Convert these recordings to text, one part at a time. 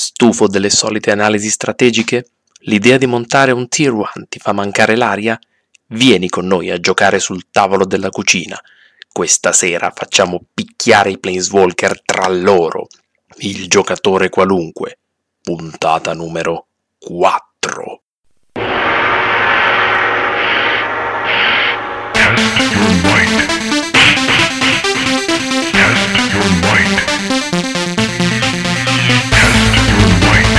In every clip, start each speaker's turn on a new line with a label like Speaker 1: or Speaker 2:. Speaker 1: Stufo delle solite analisi strategiche? L'idea di montare un Tier 1 ti fa mancare l'aria? Vieni con noi a giocare sul tavolo della cucina. Questa sera facciamo picchiare i Planeswalker tra loro. Il giocatore qualunque. Puntata numero 4.
Speaker 2: Test your mind. Test your mind. Test your mind.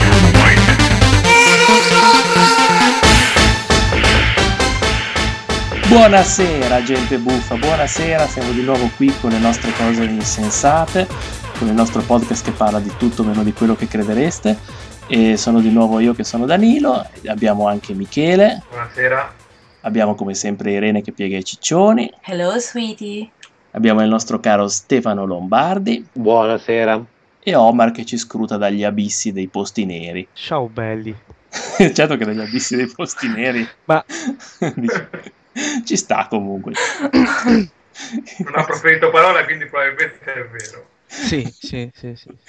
Speaker 2: Test your mind.
Speaker 3: Buonasera gente buffa, buonasera, siamo di nuovo qui con le nostre cose insensate, con il nostro podcast che parla di tutto meno di quello che credereste e sono di nuovo io che sono Danilo, abbiamo anche Michele,
Speaker 4: Buonasera.
Speaker 3: abbiamo come sempre Irene che piega i ciccioni,
Speaker 5: Hello sweetie.
Speaker 3: abbiamo il nostro caro Stefano Lombardi
Speaker 6: Buonasera.
Speaker 3: e Omar che ci scruta dagli abissi dei posti neri.
Speaker 7: Ciao belli.
Speaker 3: certo che dagli abissi dei posti neri,
Speaker 7: Ma-
Speaker 3: Dici- ci sta comunque.
Speaker 4: Non ha proferito parola, quindi probabilmente è vero.
Speaker 7: Sì, sì, sì, sì.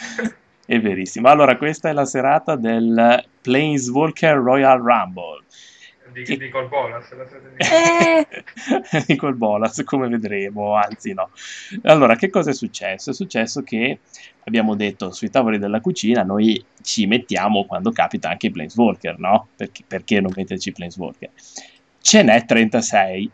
Speaker 3: È verissimo. Allora, questa è la serata del Planeswalker Royal Rumble.
Speaker 4: Di,
Speaker 3: Sì.
Speaker 4: di Col Bolas, la sera di-
Speaker 5: Eh.
Speaker 3: Di col Bolas, come vedremo, anzi no. Allora, che cosa è successo? È successo che abbiamo detto sui tavoli della cucina noi ci mettiamo quando capita anche i Planeswalker, no? Perché, perché non metterci i Planeswalker? Ce n'è 36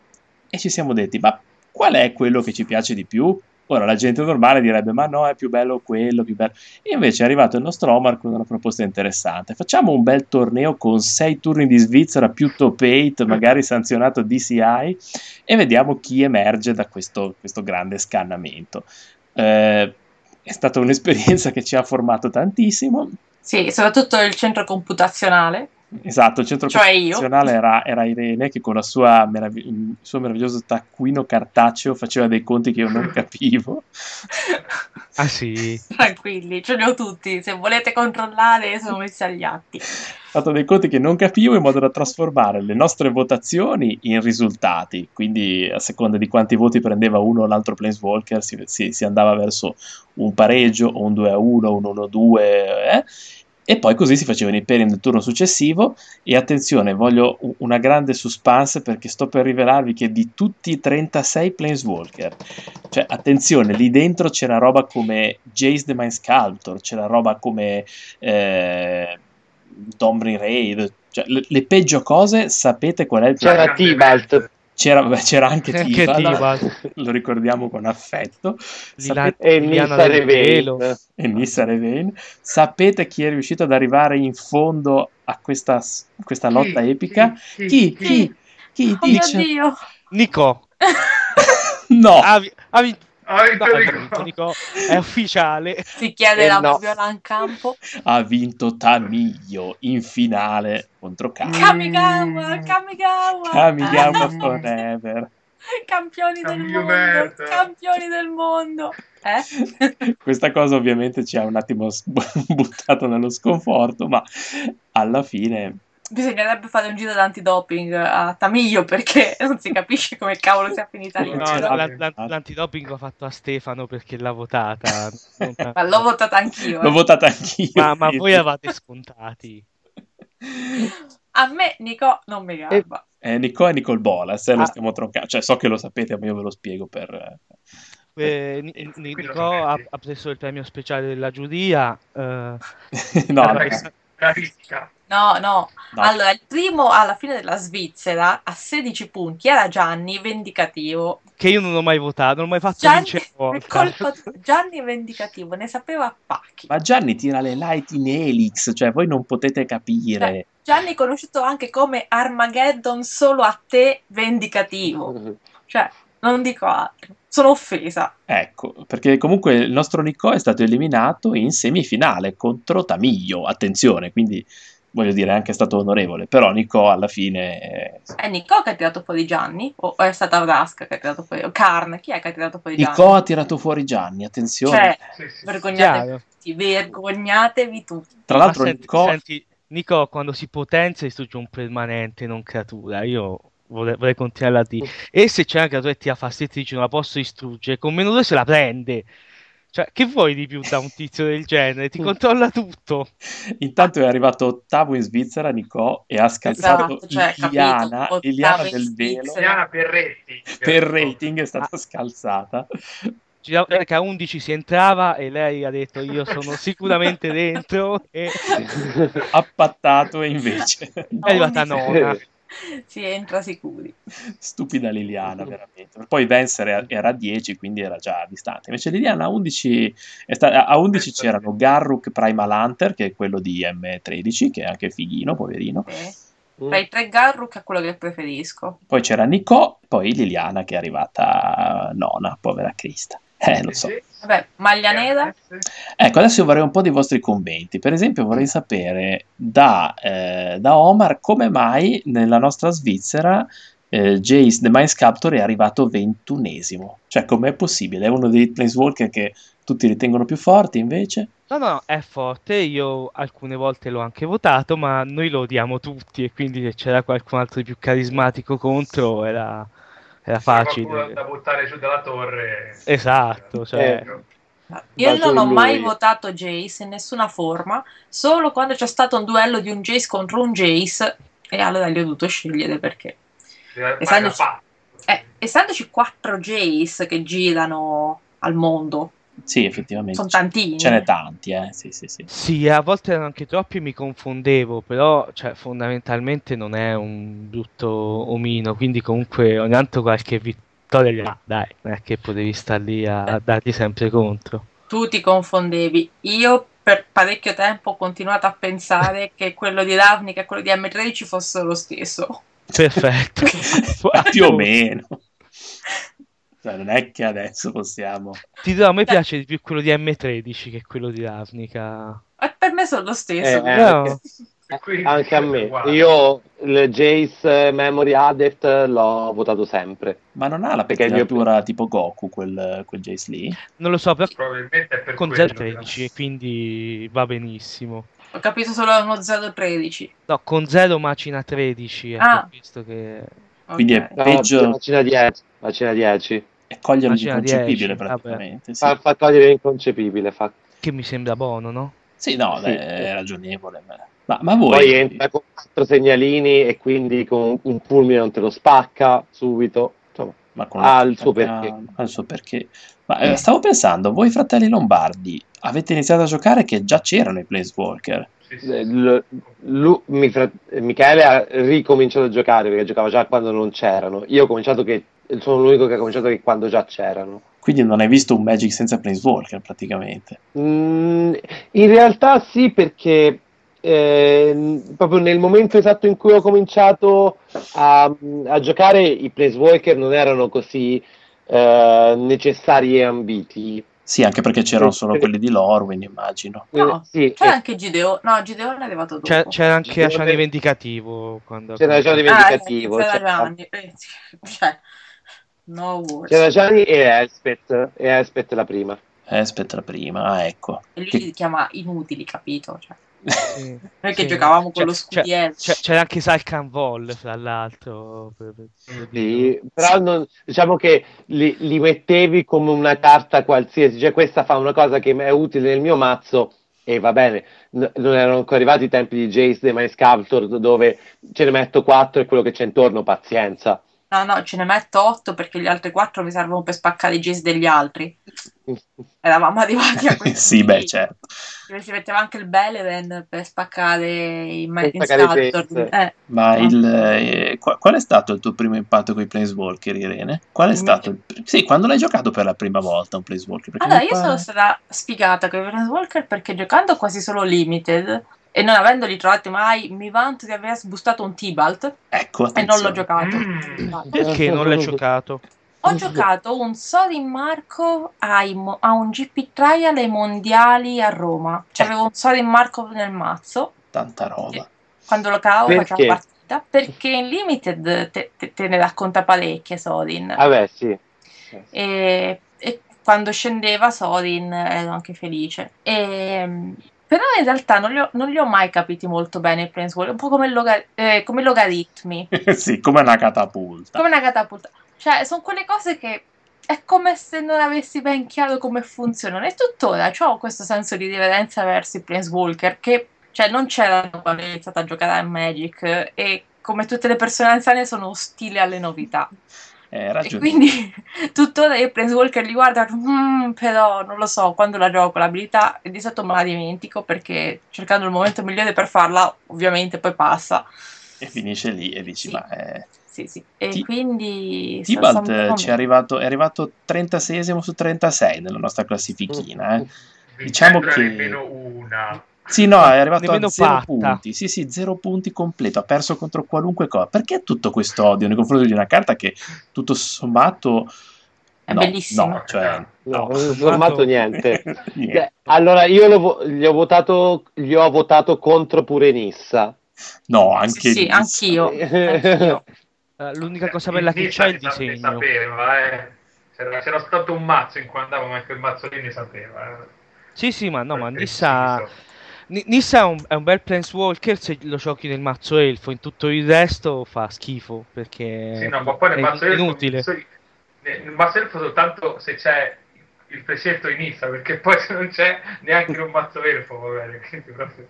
Speaker 3: e ci siamo detti, ma qual è quello che ci piace di più? Ora la gente normale direbbe, ma no, è più bello quello, più bello. E invece è arrivato il nostro Omar con una proposta interessante. Facciamo un bel torneo con 6 turni di Svizzera più top 8, magari sanzionato DCI, e vediamo chi emerge da questo, questo grande scannamento. Eh, è stata un'esperienza che ci ha formato tantissimo.
Speaker 5: Sì, soprattutto il centro computazionale.
Speaker 3: Esatto, il centro
Speaker 5: Cioè io.
Speaker 3: computazionale era, era Irene che con la sua meravi- il suo meraviglioso taccuino cartaceo faceva dei conti che io non capivo.
Speaker 7: Ah sì.
Speaker 5: Tranquilli, ce li ho tutti. Se volete controllare, sono messi agli atti.
Speaker 3: fatto dei conti che non capivo in modo da trasformare le nostre votazioni in risultati. Quindi, a seconda di quanti voti prendeva uno o l'altro Planeswalker, si, si- si andava verso un pareggio, o un 2 a 1, un 1 a 2, eh. E poi così si facevano i peri nel turno successivo. E attenzione, voglio u- una grande suspense perché sto per rivelarvi che di tutti i 36 Planeswalker, cioè attenzione, lì dentro c'è una roba come Jace the Mind Sculptor, c'è una roba come eh, Domri Raid, cioè le, le peggio cose sapete qual è il
Speaker 4: Cioè,
Speaker 3: c'era,
Speaker 6: C'era T-Balt.
Speaker 3: c'era, beh, c'era anche
Speaker 7: Che
Speaker 3: Tifa, no?
Speaker 7: Tibalt.
Speaker 3: lo ricordiamo con affetto,
Speaker 7: Lila-
Speaker 3: Sapete-
Speaker 6: E il
Speaker 7: Liliana
Speaker 6: Nissa
Speaker 7: del Velo.
Speaker 6: Rebello.
Speaker 3: e
Speaker 5: Ah.
Speaker 3: Nissa Revain, sapete chi è riuscito ad arrivare in fondo a questa, questa lotta
Speaker 4: Chi?
Speaker 3: epica?
Speaker 4: Chi?
Speaker 3: Chi?
Speaker 4: Chi?
Speaker 3: Chi? Chi
Speaker 5: Oh mio
Speaker 3: dice?
Speaker 5: Dio.
Speaker 7: Nico.
Speaker 3: No!
Speaker 7: Ha, vi- ha vinto,
Speaker 4: Ah,
Speaker 7: no,
Speaker 4: Vittorio
Speaker 7: ha vinto
Speaker 4: Hugo.
Speaker 7: Nico. È ufficiale.
Speaker 5: Si chiede
Speaker 6: Eh,
Speaker 5: la
Speaker 6: no.
Speaker 5: viola in campo.
Speaker 3: ha vinto Tamiglio in finale contro Kami.
Speaker 5: Kamigawa, Kamigawa.
Speaker 3: Kamigawa
Speaker 5: Ah,
Speaker 4: Mm.
Speaker 3: forever.
Speaker 5: Campioni del
Speaker 4: Camillo
Speaker 5: mondo.
Speaker 4: Berta.
Speaker 5: Campioni del mondo. Eh?
Speaker 3: Questa cosa ovviamente ci ha un attimo s- buttato nello sconforto, ma alla fine
Speaker 5: Bisognerebbe fare un giro d'antidoping a Tamiglio perché non si capisce come cavolo sia finita lì.
Speaker 7: No,
Speaker 3: ce l'ha
Speaker 7: la-
Speaker 4: più.
Speaker 7: la- l'antidoping l'ho fatto a Stefano perché l'ha votata. Non-
Speaker 5: Ma l'ho votata anch'io. eh.
Speaker 3: l'ho votata anch'io.
Speaker 7: ma, ma
Speaker 3: quindi.
Speaker 7: voi avete scontati.
Speaker 5: A me Nico non mi garba.
Speaker 3: Eh, Nico e Nicole Bolas, eh, lo
Speaker 7: Ah.
Speaker 3: stiamo troncando. Cioè, so che lo sapete, ma io ve lo spiego per...
Speaker 7: Eh, Ni- Ni-
Speaker 4: Qui lo
Speaker 7: Nico ha,
Speaker 4: sapete.
Speaker 7: ha preso il premio speciale della giuria. eh,
Speaker 3: no,
Speaker 7: per
Speaker 3: no,
Speaker 7: questa-
Speaker 4: La ricca.
Speaker 5: No, no.
Speaker 3: no.
Speaker 5: Allora, il primo alla fine della Svizzera a 16 punti era Gianni Vendicativo.
Speaker 7: che io non ho mai votato, non ho mai fatto
Speaker 5: Gianni,
Speaker 7: vincere
Speaker 5: è
Speaker 7: volta.
Speaker 5: colpa tua. Gianni Vendicativo, ne sapeva a pacchi.
Speaker 3: cioè, Ma Gianni tira le light in Helix, cioè voi non potete
Speaker 5: Eh.
Speaker 3: capire.
Speaker 5: Gianni è conosciuto anche come Armageddon solo a te Vendicativo. Cioè, non dico altro. Sono offesa.
Speaker 3: Ecco, perché comunque il nostro Nico è stato eliminato in semifinale contro Tamiglio, attenzione, quindi voglio dire è anche stato onorevole, però Nico alla fine... eh,
Speaker 5: È Nico che ha tirato fuori Gianni? O o è stata Vraska che ha tirato fuori? O Karn? Chi è che ha tirato fuori Gianni?
Speaker 3: Nico ha tirato fuori Gianni, attenzione.
Speaker 5: Cioè,
Speaker 4: Sì, sì.
Speaker 5: vergognatevi tutti, vergognatevi tutti.
Speaker 3: Tra l'altro
Speaker 7: Ma senti,
Speaker 3: Nico...
Speaker 7: senti, Nico, quando si potenzia distrugge un permanente, non creatura. Io vorrei, vorrei continuare a dire. E se c'è una creatura che ti ha fastidio, e ti dice non la posso distruggere, con meno due se la prende. Cioè, che vuoi di più da un tizio del genere? Ti controlla tutto.
Speaker 3: Intanto è arrivato ottavo in Svizzera, Nicò, e ha scalzato
Speaker 5: Esatto, cioè,
Speaker 3: Iliana,
Speaker 5: capito,
Speaker 3: Iliana
Speaker 5: ottavo in
Speaker 3: del Velo.
Speaker 5: Svizzera.
Speaker 4: Diana Perretti.
Speaker 3: Per rating è stata scalzata.
Speaker 7: Gira- perché a 11 si entrava e lei ha detto io sono sicuramente dentro e
Speaker 3: Appattato e invece.
Speaker 7: è arrivata
Speaker 3: Eh,
Speaker 7: nona.
Speaker 5: si entra sicuri.
Speaker 3: Stupida Liliana, veramente. Poi Vensere era- era a 10, quindi era già distante. Invece Liliana a 11, è sta- a 11 c'erano Garruk Primal Hunter, che è quello di M13, che è anche fighino, poverino.
Speaker 5: Sì. eh.
Speaker 3: Mm.
Speaker 5: Tra i tre Garruk è quello che preferisco.
Speaker 3: Poi c'era Nico, poi Liliana che è arrivata nona, povera Crista. Eh, lo so.
Speaker 5: Vabbè, maglia
Speaker 4: Eh,
Speaker 5: nera,
Speaker 3: Ecco, adesso io vorrei un po' dei vostri commenti. Per esempio, vorrei sapere da, eh, da Omar come mai nella nostra Svizzera eh, Jace The Mind Sculptor è arrivato ventunesimo. Cioè, com'è possibile? È uno dei planeswalker che tutti ritengono più forti, invece?
Speaker 7: No, no, è forte, io alcune volte l'ho anche votato, ma noi lo odiamo tutti e quindi se c'era qualcun altro di più carismatico contro era, era
Speaker 4: Qualcuno da
Speaker 7: facile.
Speaker 4: buttare giù dalla torre.
Speaker 7: Esatto, cioè...
Speaker 4: Ecco.
Speaker 5: io
Speaker 6: Bacio
Speaker 5: non
Speaker 6: in
Speaker 5: ho
Speaker 6: lui.
Speaker 5: mai votato Jace in nessuna forma, solo quando c'è stato un duello di un Jace contro un Jace e allora li ho dovuto scegliere perché.
Speaker 4: Della-
Speaker 5: Esatto.
Speaker 4: fa.
Speaker 5: Eh, essendoci quattro Jace che girano al mondo,
Speaker 3: Sì, effettivamente.
Speaker 5: sono tantini.
Speaker 3: Ce n'è tanti, eh. Sì, sì, sì.
Speaker 7: Sì, a volte erano anche troppi e mi confondevo, però cioè, fondamentalmente non è un brutto omino, quindi comunure ogni tanto qualche vittoria gli dà, dai, non è che potevi stare lì a,
Speaker 3: Eh.
Speaker 7: a dargli sempre contro.
Speaker 5: Tu ti confondevi. Io per parecchio tempo ho continuato a pensare che quello di Ravnica e quello di M13 fossero lo stesso.
Speaker 7: Perfetto.
Speaker 3: più o meno. Cioè, non è che adesso possiamo...
Speaker 7: Ti dirò, a me piace di più quello di M13 che quello di Ravnica.
Speaker 5: E per me sono lo stesso.
Speaker 7: Eh,
Speaker 6: anche,
Speaker 4: E quindi-
Speaker 6: anche a me.
Speaker 4: Guarda.
Speaker 6: Io eh, il Jace Memory Adept l'ho votato sempre.
Speaker 3: Ma non ha la
Speaker 6: Perché il mio-
Speaker 3: pettinatura tipo Goku, quel, quel Jace lì?
Speaker 7: Non lo so, però
Speaker 4: Probabilmente è per
Speaker 7: con
Speaker 4: quello,
Speaker 7: 013, quindi va benissimo.
Speaker 5: Ho capito solo uno 013.
Speaker 7: No, con 0 macina 13, è
Speaker 5: Ah.
Speaker 7: per ecco, questo che...
Speaker 5: Ok.
Speaker 3: Quindi è
Speaker 6: No,
Speaker 3: peggio...
Speaker 6: macina 10. Macina 10.
Speaker 3: e cogliere
Speaker 7: Faceva
Speaker 3: l'inconcepibile
Speaker 7: 10,
Speaker 3: praticamente. Sì.
Speaker 6: Fa, fa cogliere l'inconcepibile. Fa.
Speaker 7: che mi sembra buono, no?
Speaker 3: Sì, no,
Speaker 6: Sì.
Speaker 3: beh, è ragionevole. ma- Ma, ma voi,
Speaker 6: Poi entra con quattro segnalini e quindi con un fulmine non te lo spacca subito. Insomma,
Speaker 3: ma con
Speaker 6: ha
Speaker 3: la-
Speaker 6: il suo perché.
Speaker 3: ha il suo perché. Ma eh, stavo pensando, voi fratelli Lombardi avete iniziato a giocare che già c'erano i Planeswalker.
Speaker 4: Sì, sì.
Speaker 6: l- lu- mi fra- Michele ha ricominciato a giocare perché giocava già quando non c'erano. Io ho cominciato che sono l'unico che ha cominciato che quando già c'erano.
Speaker 3: Quindi non hai visto un Magic senza Planeswalker praticamente.
Speaker 6: Mm, in realtà sì, perché eh, proprio nel momento esatto in cui ho cominciato a, a giocare, i Planeswalker non erano così eh, necessari e ambiti.
Speaker 3: Sì, anche perché c'erano
Speaker 6: Sì,
Speaker 3: solo
Speaker 6: sì.
Speaker 3: quelli di Lorwyn, immagino.
Speaker 5: No, cioè,
Speaker 6: Eh, sì,
Speaker 5: C'era
Speaker 6: eh,
Speaker 5: anche Gideon. No, Gideon è arrivato dopo.
Speaker 7: C'è- c'era anche
Speaker 6: Giorni-
Speaker 7: Asciani Vendicativo quando...
Speaker 6: c'era già
Speaker 7: quando-
Speaker 5: Ah,
Speaker 6: rivendicativo.
Speaker 5: c'era
Speaker 6: c'era-
Speaker 5: Gianni. Eh, cioè, no words.
Speaker 6: c'era Gianni e Elspeth, e Elspeth la prima.
Speaker 3: Eh, aspetta la prima, ah, ecco.
Speaker 5: E lui li chiama inutili, capito? Cioè,
Speaker 7: sì,
Speaker 5: noi che
Speaker 7: sì.
Speaker 5: giocavamo con
Speaker 7: C'è-
Speaker 5: lo scudiero.
Speaker 7: c'è- c'era anche Salcan Vol, fra l'altro. per- per-
Speaker 5: Ah,
Speaker 7: per dire.
Speaker 6: Sì, però non- diciamo che li, li mettevi come una carta qualsiasi, cioè questa fa una cosa che è utile nel mio mazzo e va bene, N- non erano ancora arrivati i tempi di Jace dei My Sculptor dove ce ne metto 4 e quello che c'è intorno pazienza.
Speaker 5: No, no, ce ne metto 8 perché gli altri 4 mi servono per spaccare i gis degli altri. Eravamo arrivati a questo.
Speaker 3: sì, beh, certo.
Speaker 5: Dove si metteva anche il Beleren per spaccare i
Speaker 6: Per
Speaker 5: Martin
Speaker 6: spaccare i
Speaker 5: Sculptor.
Speaker 6: Jace.
Speaker 5: Eh,
Speaker 3: Ma
Speaker 5: Ah.
Speaker 3: il, eh, qua- qual è stato il tuo primo impatto con i Planeswalker, Irene? Qual è
Speaker 5: Il mio-
Speaker 3: stato? il pr- Sì, quando l'hai giocato per la prima volta un Planeswalker? Perché
Speaker 5: Allora,
Speaker 3: mi
Speaker 5: io
Speaker 3: pare-
Speaker 5: sono stata sfigata con i Brand Walker perché giocando quasi solo Limited e non avendoli trovati mai, mi vanto di aver sbustato un T-Balt
Speaker 3: Ecco,
Speaker 5: e non l'ho
Speaker 3: attenzione.
Speaker 5: giocato.
Speaker 4: Mm.
Speaker 7: Perché non l'hai giocato?
Speaker 5: Ho giocato un Sorin Markov ai mo- a un GP Trial ai mondiali a Roma.
Speaker 6: Eh.
Speaker 5: C'avevo un Sorin Markov nel mazzo
Speaker 3: Tanta roba.
Speaker 5: quando lo cavo
Speaker 6: Perché?
Speaker 5: facevo partita perché in Limited te, te- te ne racconta parecchie Sorin.
Speaker 6: Vabbè, sì. Eh,
Speaker 5: e, e quando scendeva Sorin ero anche felice. E, mm, però in realtà non li, ho, non li ho mai capiti molto bene il Planeswalker, un po' come, il loga- eh, come i logaritmi,
Speaker 3: sì, come una catapulta.
Speaker 5: come una catapulta. Cioè, sono quelle cose che è come se non avessi ben chiaro come funzionano. E tuttora cioè, ho questo senso di riverenza verso i Planeswalker che cioè, non c'erano quando ho iniziato a giocare a Magic e come tutte le persone anziane sono ostile alle novità.
Speaker 1: Eh,
Speaker 5: E
Speaker 1: ragione.
Speaker 5: quindi tuttora io Planeswalker li guardo, e dico, "Mm, però non lo so, quando la gioco l'abilità e di solito me la dimentico perché cercando il momento migliore per farla ovviamente poi passa.
Speaker 1: E finisce lì e dici,
Speaker 5: Sì.
Speaker 1: ma... Eh,
Speaker 5: Sì, sì. E
Speaker 1: Ti-
Speaker 5: quindi... sono
Speaker 1: Tibalt
Speaker 5: stato-
Speaker 1: eh, ci è arrivato, è arrivato 36esimo su 36 nella nostra classifichina. eh. Diciamo
Speaker 4: Vincendone
Speaker 1: che-
Speaker 4: nemmeno una.
Speaker 1: Sì, no, è arrivato
Speaker 7: Nemmeno
Speaker 1: a zero
Speaker 7: patta.
Speaker 1: punti. Sì, sì, zero punti completo. Ha perso contro qualunque cosa. Perché tutto questo odio nei confronti di una carta che tutto sommato
Speaker 5: È
Speaker 1: no,
Speaker 5: bellissima.
Speaker 1: No, cioè,
Speaker 6: No,
Speaker 1: no.
Speaker 6: non ho formato niente.
Speaker 1: Niente.
Speaker 6: Eh, Allora, io lo vo- gli ho votato, gli ho votato contro pure Nissa.
Speaker 1: No, anche
Speaker 5: Sì, sì,
Speaker 1: lì.
Speaker 5: anch'io. anch'io.
Speaker 7: Eh, L'unica
Speaker 4: Cioè,
Speaker 7: cosa bella che
Speaker 4: Nissa
Speaker 7: c'è è il
Speaker 4: sa- ne
Speaker 7: disegno.
Speaker 4: sapeva, eh. C'era, c'era stato un mazzo in cui andava, ma anche il mazzo lì ne sapeva. eh.
Speaker 7: Sì, sì, ma no, ma
Speaker 4: Perché ci
Speaker 7: Nissa...
Speaker 4: sono.
Speaker 7: Ni- Nissa è un, è un bel Planeswalker se lo giochi nel mazzo elfo, in tutto il resto fa schifo perché
Speaker 4: Sì, no, ma poi nel
Speaker 7: Ecco, è
Speaker 4: mazzo
Speaker 7: inutile.
Speaker 4: elfo- nel nel mazzo elfo soltanto se c'è il prescelto inizia, perché poi se non c'è neanche in un mazzo elfo, va bene. Quindi proprio...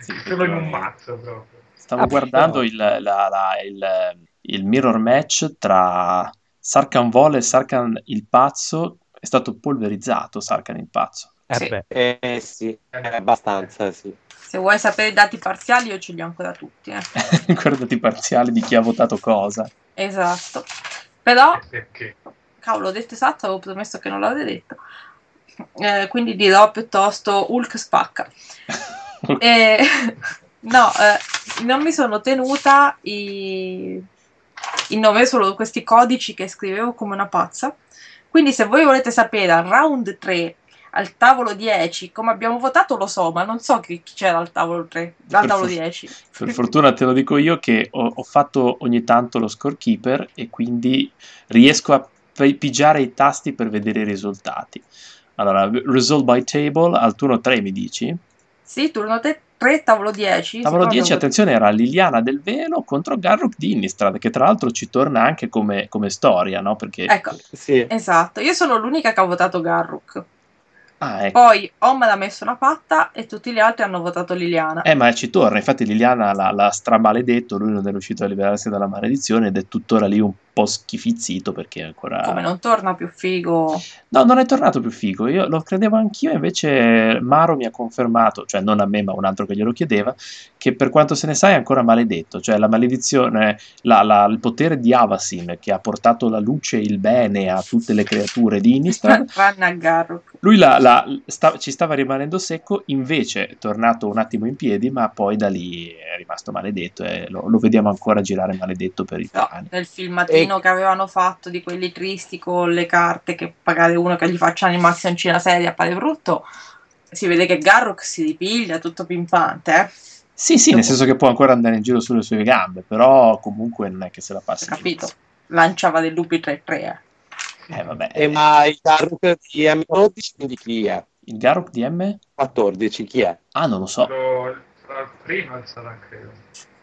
Speaker 1: Sì,
Speaker 4: Solo in un
Speaker 1: effettivamente.
Speaker 4: mazzo proprio.
Speaker 1: Stavo
Speaker 7: Ah,
Speaker 1: guardando
Speaker 7: però-
Speaker 1: il, la- la- il- il mirror match tra Sarkan Vole e Sarkan il pazzo. È stato polverizzato Sarkan il pazzo.
Speaker 7: Eh
Speaker 5: Sì.
Speaker 7: beh,
Speaker 6: Eh sì, abbastanza sì.
Speaker 5: Se vuoi sapere i dati parziali io ce li ho ancora tutti. eh.
Speaker 1: Guardati i parziali di chi ha votato cosa.
Speaker 5: Esatto. Però,
Speaker 4: Perché?
Speaker 5: cavolo, ho detto esatto, avevo promesso che non l'avrei detto. Eh, quindi dirò piuttosto Hulk spacca. Eh, no, eh, non mi sono tenuta i, in nome solo questi codici che scrivevo come una pazza. Quindi se voi volete sapere al round 3, al tavolo 10, come abbiamo votato lo so, ma non so chi chi c'era al tavolo 3, al
Speaker 1: Per
Speaker 5: tavolo
Speaker 1: for-
Speaker 5: 10.
Speaker 1: Per fortuna te lo dico io che ho, ho fatto ogni tanto lo scorekeeper e quindi riesco a pi- pigiare i tasti per vedere i risultati. Allora, result by table al turno 3 mi dici?
Speaker 5: Sì, turno 3, tavolo 10.
Speaker 1: Tavolo
Speaker 5: siccome
Speaker 1: 10,
Speaker 5: abbiamo-
Speaker 1: attenzione, era Liliana del Velo contro Garruk Dinnistrad, che tra l'altro ci torna anche come, come storia, no? Perché...
Speaker 5: Ecco,
Speaker 6: Sì.
Speaker 5: esatto. Io sono l'unica che ha votato Garruk.
Speaker 1: Ah, ecco.
Speaker 5: Poi Omar ha messo una patta e tutti gli altri hanno votato Liliana.
Speaker 1: Eh, ma ci torna, infatti Liliana l'ha, l'ha stramaledetto, lui non è riuscito a liberarsi dalla maledizione ed è tuttora lì un po' schifizzito perché è ancora...
Speaker 5: Come non torna più figo.
Speaker 1: No, non è tornato più figo. Io lo credevo anch'io, invece Maro mi ha confermato, cioè non a me, ma a un altro che glielo chiedeva, che per quanto se ne sa è ancora maledetto. Cioè la maledizione, la- la- il potere di Avasin che ha portato la luce e il bene a tutte le creature di Innistrad,
Speaker 5: Tranne a Garruk.
Speaker 1: lui la- la- sta- ci stava rimanendo secco, invece è tornato un attimo in piedi, ma poi da lì è rimasto maledetto e lo, lo vediamo ancora girare maledetto per i
Speaker 5: No,
Speaker 1: piani.
Speaker 5: nel filmatino
Speaker 6: E-
Speaker 5: che avevano fatto di quelli tristi con le carte che magari uno che gli faccia animazioncina seria appare brutto, si vede che Garruk si ripiglia tutto pimpante, eh.
Speaker 1: Sì, sì, nel senso che può ancora andare in giro sulle sue gambe, però comunque non è che se la passi.
Speaker 5: Capito? Lanciava dei lupi 3-3, eh.
Speaker 1: Eh, vabbè.
Speaker 6: E ma il Taruk di M12 quindi chi è?
Speaker 1: Il Garruk DM?
Speaker 6: 14 chi è?
Speaker 1: Ah, non lo so.
Speaker 4: Lo- sarà prima sarà, credo.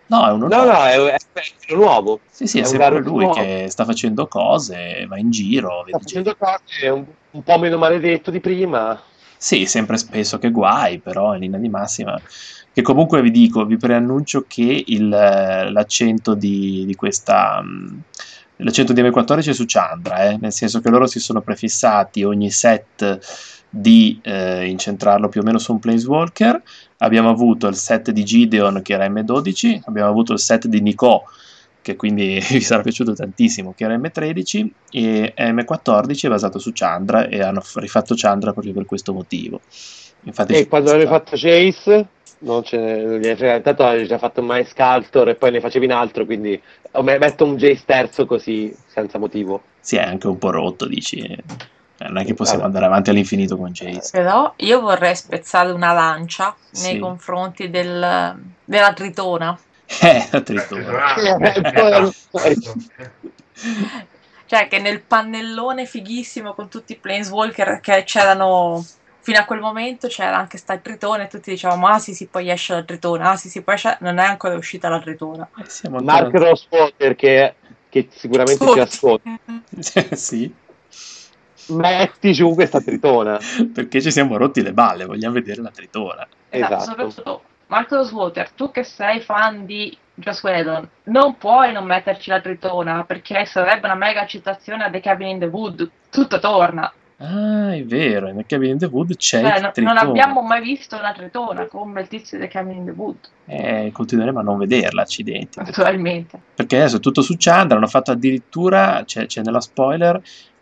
Speaker 1: No, è uno
Speaker 6: No,
Speaker 1: nuovo.
Speaker 6: no, è, è, è nuovo.
Speaker 1: Sì, sì, è,
Speaker 6: è un
Speaker 1: sempre
Speaker 6: Garruk
Speaker 1: lui
Speaker 6: nuovo.
Speaker 1: che sta facendo cose, va in giro. cioè,
Speaker 6: Sta
Speaker 1: vede gente.
Speaker 6: facendo cose un, un po' meno maledetto di prima.
Speaker 1: Sì, sempre spesso che guai, però in linea di massima. Che comunque vi dico, vi preannuncio che il, eh, l'accento di, di questa. mh, L'accento di M14 è su Chandra, eh, nel senso che loro si sono prefissati ogni set di eh, incentrarlo più o meno su un Planeswalker. Abbiamo avuto il set di Gideon, che era M12, abbiamo avuto il set di Nico, che quindi vi sarà piaciuto tantissimo, che era M13, e M14 è basato su Chandra e hanno f- rifatto Chandra proprio per questo motivo. Infatti,
Speaker 6: E
Speaker 1: ci-
Speaker 6: quando avevi
Speaker 1: sta-
Speaker 6: fatto Chase, non ce ne non gliene frega, intanto avevi già fatto mai Scaltor e poi ne facevi un altro, quindi oh, me- metto un Jace terzo così, senza motivo.
Speaker 1: si è anche un po' rotto, dici. eh, Non è che possiamo
Speaker 6: Vabbè.
Speaker 1: andare avanti all'infinito con Jace.
Speaker 5: Però io vorrei spezzare una lancia
Speaker 1: Sì.
Speaker 5: nei confronti del- della Tritona.
Speaker 1: Eh, la Eh,
Speaker 4: Eh,
Speaker 1: Tritona.
Speaker 4: esatto.
Speaker 5: Cioè che nel pannellone fighissimo con tutti i Planeswalker che c'erano... Fino a quel momento c'era anche sta il tritone e tutti dicevamo ah sì sì poi esce la tritona, ah sì sì poi esce... Non è ancora uscita la tritona.
Speaker 1: Eh, Siamo ancora...
Speaker 6: Mark Ah. Rosewater che, che sicuramente ci
Speaker 5: Tutti.
Speaker 6: ascolta.
Speaker 1: sì.
Speaker 6: metti giù questa tritona.
Speaker 3: Perché ci siamo rotti le balle, vogliamo vedere la tritona.
Speaker 5: Esatto,
Speaker 6: Esatto.
Speaker 5: soprattutto Marco Swoter, tu che sei fan di Joss Whedon, non puoi non metterci la tritona perché sarebbe una mega citazione a The Cabin in the Wood. Tutto torna.
Speaker 3: Ah, è vero, in Cabin in the Wood c'è
Speaker 5: Cioè,
Speaker 3: il
Speaker 5: no- non
Speaker 3: tritone.
Speaker 5: abbiamo mai visto una tritona come il tizio di The Cabin in the Wood,
Speaker 3: Eh, continueremo a non vederla, accidenti.
Speaker 5: naturalmente.
Speaker 3: Perché adesso è tutto su Chandra, hanno fatto addirittura, c'è, c'è nella spoiler,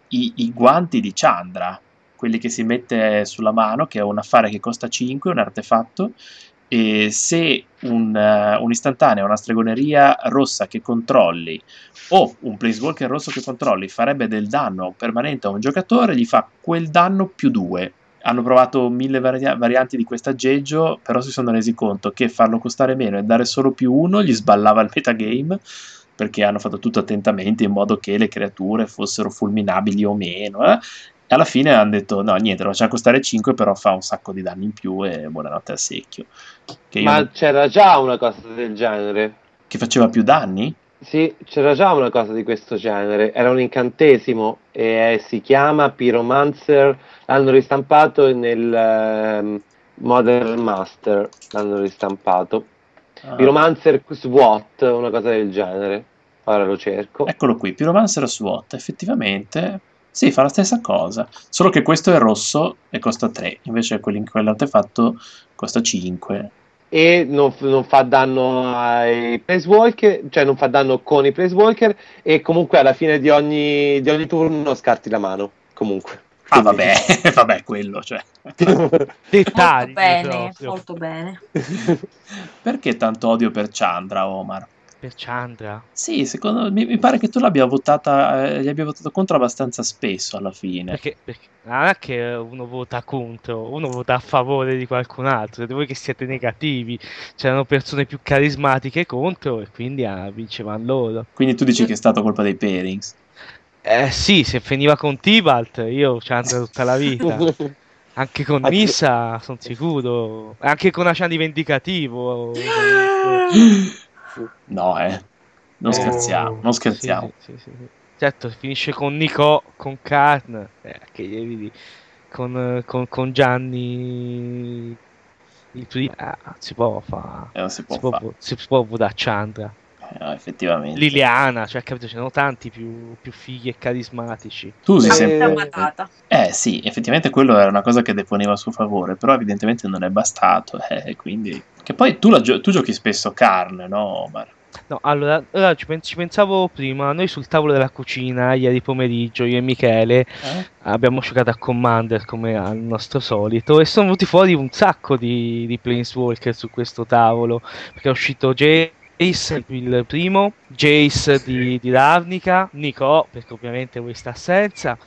Speaker 3: i, i guanti di Chandra, quelli che si mette sulla mano, che è un affare che costa 5, un artefatto, e se un, eh, un istantaneo, una stregoneria rossa che controlli o un place walker rosso che controlli farebbe del danno permanente a un giocatore, gli fa quel danno più 2. Hanno provato mille varia- varianti di questo aggeggio, però si sono resi conto che farlo costare meno e dare solo più 1 gli sballava il metagame, perché hanno fatto tutto attentamente in modo che le creature fossero fulminabili o meno. eh. E alla fine hanno detto: no, niente, lo facciamo costare 5, però fa un sacco di danni in più e buonanotte al secchio. Che, io-
Speaker 6: Ma c'era già una cosa del genere.
Speaker 3: che faceva più danni?
Speaker 6: Sì, c'era già una cosa di questo genere, era un incantesimo e eh, si chiama Pyromancer, l'hanno ristampato nel ehm, Modern Master, l'hanno ristampato.
Speaker 3: Ah.
Speaker 6: Pyromancer SWAT, una cosa del genere. Ora lo cerco.
Speaker 3: Eccolo qui, Pyromancer SWAT, effettivamente sì, fa la stessa cosa, solo che questo è rosso e costa 3, invece quelli- quell'artefatto costa 5.
Speaker 6: E non, f- non fa danno ai Placewalker, cioè non fa danno con i Placewalker e comunque alla fine di ogni, di ogni turno scarti la mano, comunque.
Speaker 3: Ah vabbè, vabbè quello, cioè.
Speaker 7: Dettagli
Speaker 5: molto bene,
Speaker 7: proprio.
Speaker 5: molto bene.
Speaker 3: Perché tanto odio per Chandra, Omar?
Speaker 7: Per Chandra.
Speaker 5: Eh.
Speaker 3: Sì, secondo mi, mi pare che tu l'abbia votata, eh, gli abbia votato contro abbastanza spesso alla fine.
Speaker 7: Perché, perché non è che uno vota contro, uno vota a favore di qualcun altro. Siete voi che siete negativi. C'erano persone più carismatiche contro e quindi ah, vincevano loro.
Speaker 3: Quindi tu dici che è stata colpa dei pairings.
Speaker 7: Eh sì, se finiva con Tibalt, io Chandra tutta la vita. Anche con
Speaker 6: Anche-
Speaker 7: Nissa, sono sicuro. Anche con Ashan Vendicativo. Sì,
Speaker 3: No, eh. Non
Speaker 4: Oh.
Speaker 3: scherziamo, non scherziamo.
Speaker 7: Eh, sì, sì, sì. Certo, finisce con Nico, con Karn, eh, che gli vedi, con, eh, con- con Gianni. Il primo, ah, si può fare.
Speaker 3: Eh, non si può
Speaker 7: Si può,
Speaker 3: fare.
Speaker 7: vo- si può votare Chandra.
Speaker 3: Eh, no, effettivamente.
Speaker 7: Liliana, cioè, capito, ce ne sono tanti più, più fighi e carismatici.
Speaker 3: Tu sei
Speaker 6: Eh,
Speaker 3: sempre...
Speaker 5: Anche la
Speaker 6: sempre-
Speaker 5: patata.
Speaker 3: Eh sì, effettivamente quello era una cosa che deponeva a suo favore, però evidentemente non è bastato, eh, quindi... Che poi tu, la gio- tu giochi spesso carne, no Omar?
Speaker 7: No, allora, allora ci, pen- ci pensavo prima, noi sul tavolo della cucina ieri pomeriggio, io e Michele,
Speaker 3: Eh?
Speaker 7: abbiamo giocato a Commander come al nostro solito e sono venuti fuori un sacco di, di Planeswalker su questo tavolo, perché è uscito Jace, il primo, Jace di, di Ravnica, Nico, perché ovviamente voi sta assenza,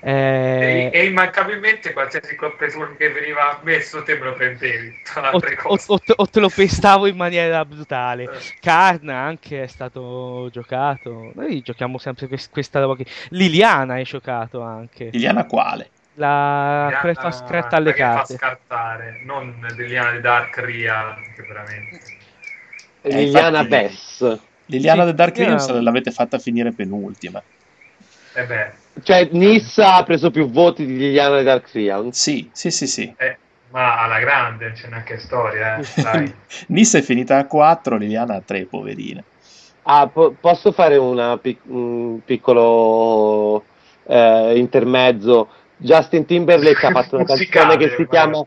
Speaker 4: E,
Speaker 7: eh,
Speaker 4: e immancabilmente qualsiasi colpevole che veniva messo te me lo prendevi, tra le
Speaker 7: o,
Speaker 4: altre
Speaker 7: o-
Speaker 4: cose. Eh,
Speaker 7: o te- o te lo pestavo in maniera brutale. Karna anche è stato giocato. Noi giochiamo sempre quest- questa roba qui. Liliana hai giocato anche.
Speaker 3: Liliana quale?
Speaker 7: La... Quella che fa scatta Ah, alle
Speaker 4: quella che fa
Speaker 7: carte.
Speaker 4: scartare, non Liliana di Dark Ria, che veramente...
Speaker 3: Eh,
Speaker 6: Liliana
Speaker 3: infatti-
Speaker 6: Bess.
Speaker 3: Liliana
Speaker 7: Sì,
Speaker 3: del Dark
Speaker 7: Liliana-
Speaker 3: Realms l'avete fatta finire penultima.
Speaker 4: Eh beh,
Speaker 6: Cioè, Nissa ha preso più voti di Liliana di Dark Realms.
Speaker 3: Sì, sì, sì, sì.
Speaker 4: eh, ma alla grande, c'è anche storia, eh, dai.
Speaker 3: Nissa è finita a 4, Liliana a 3, poverina.
Speaker 6: Ah, po- posso fare una pic- un piccolo eh, intermezzo? Justin Timberlake ha fatto una
Speaker 4: Musicale,
Speaker 6: canzone che si,
Speaker 4: guarda.
Speaker 6: chiama,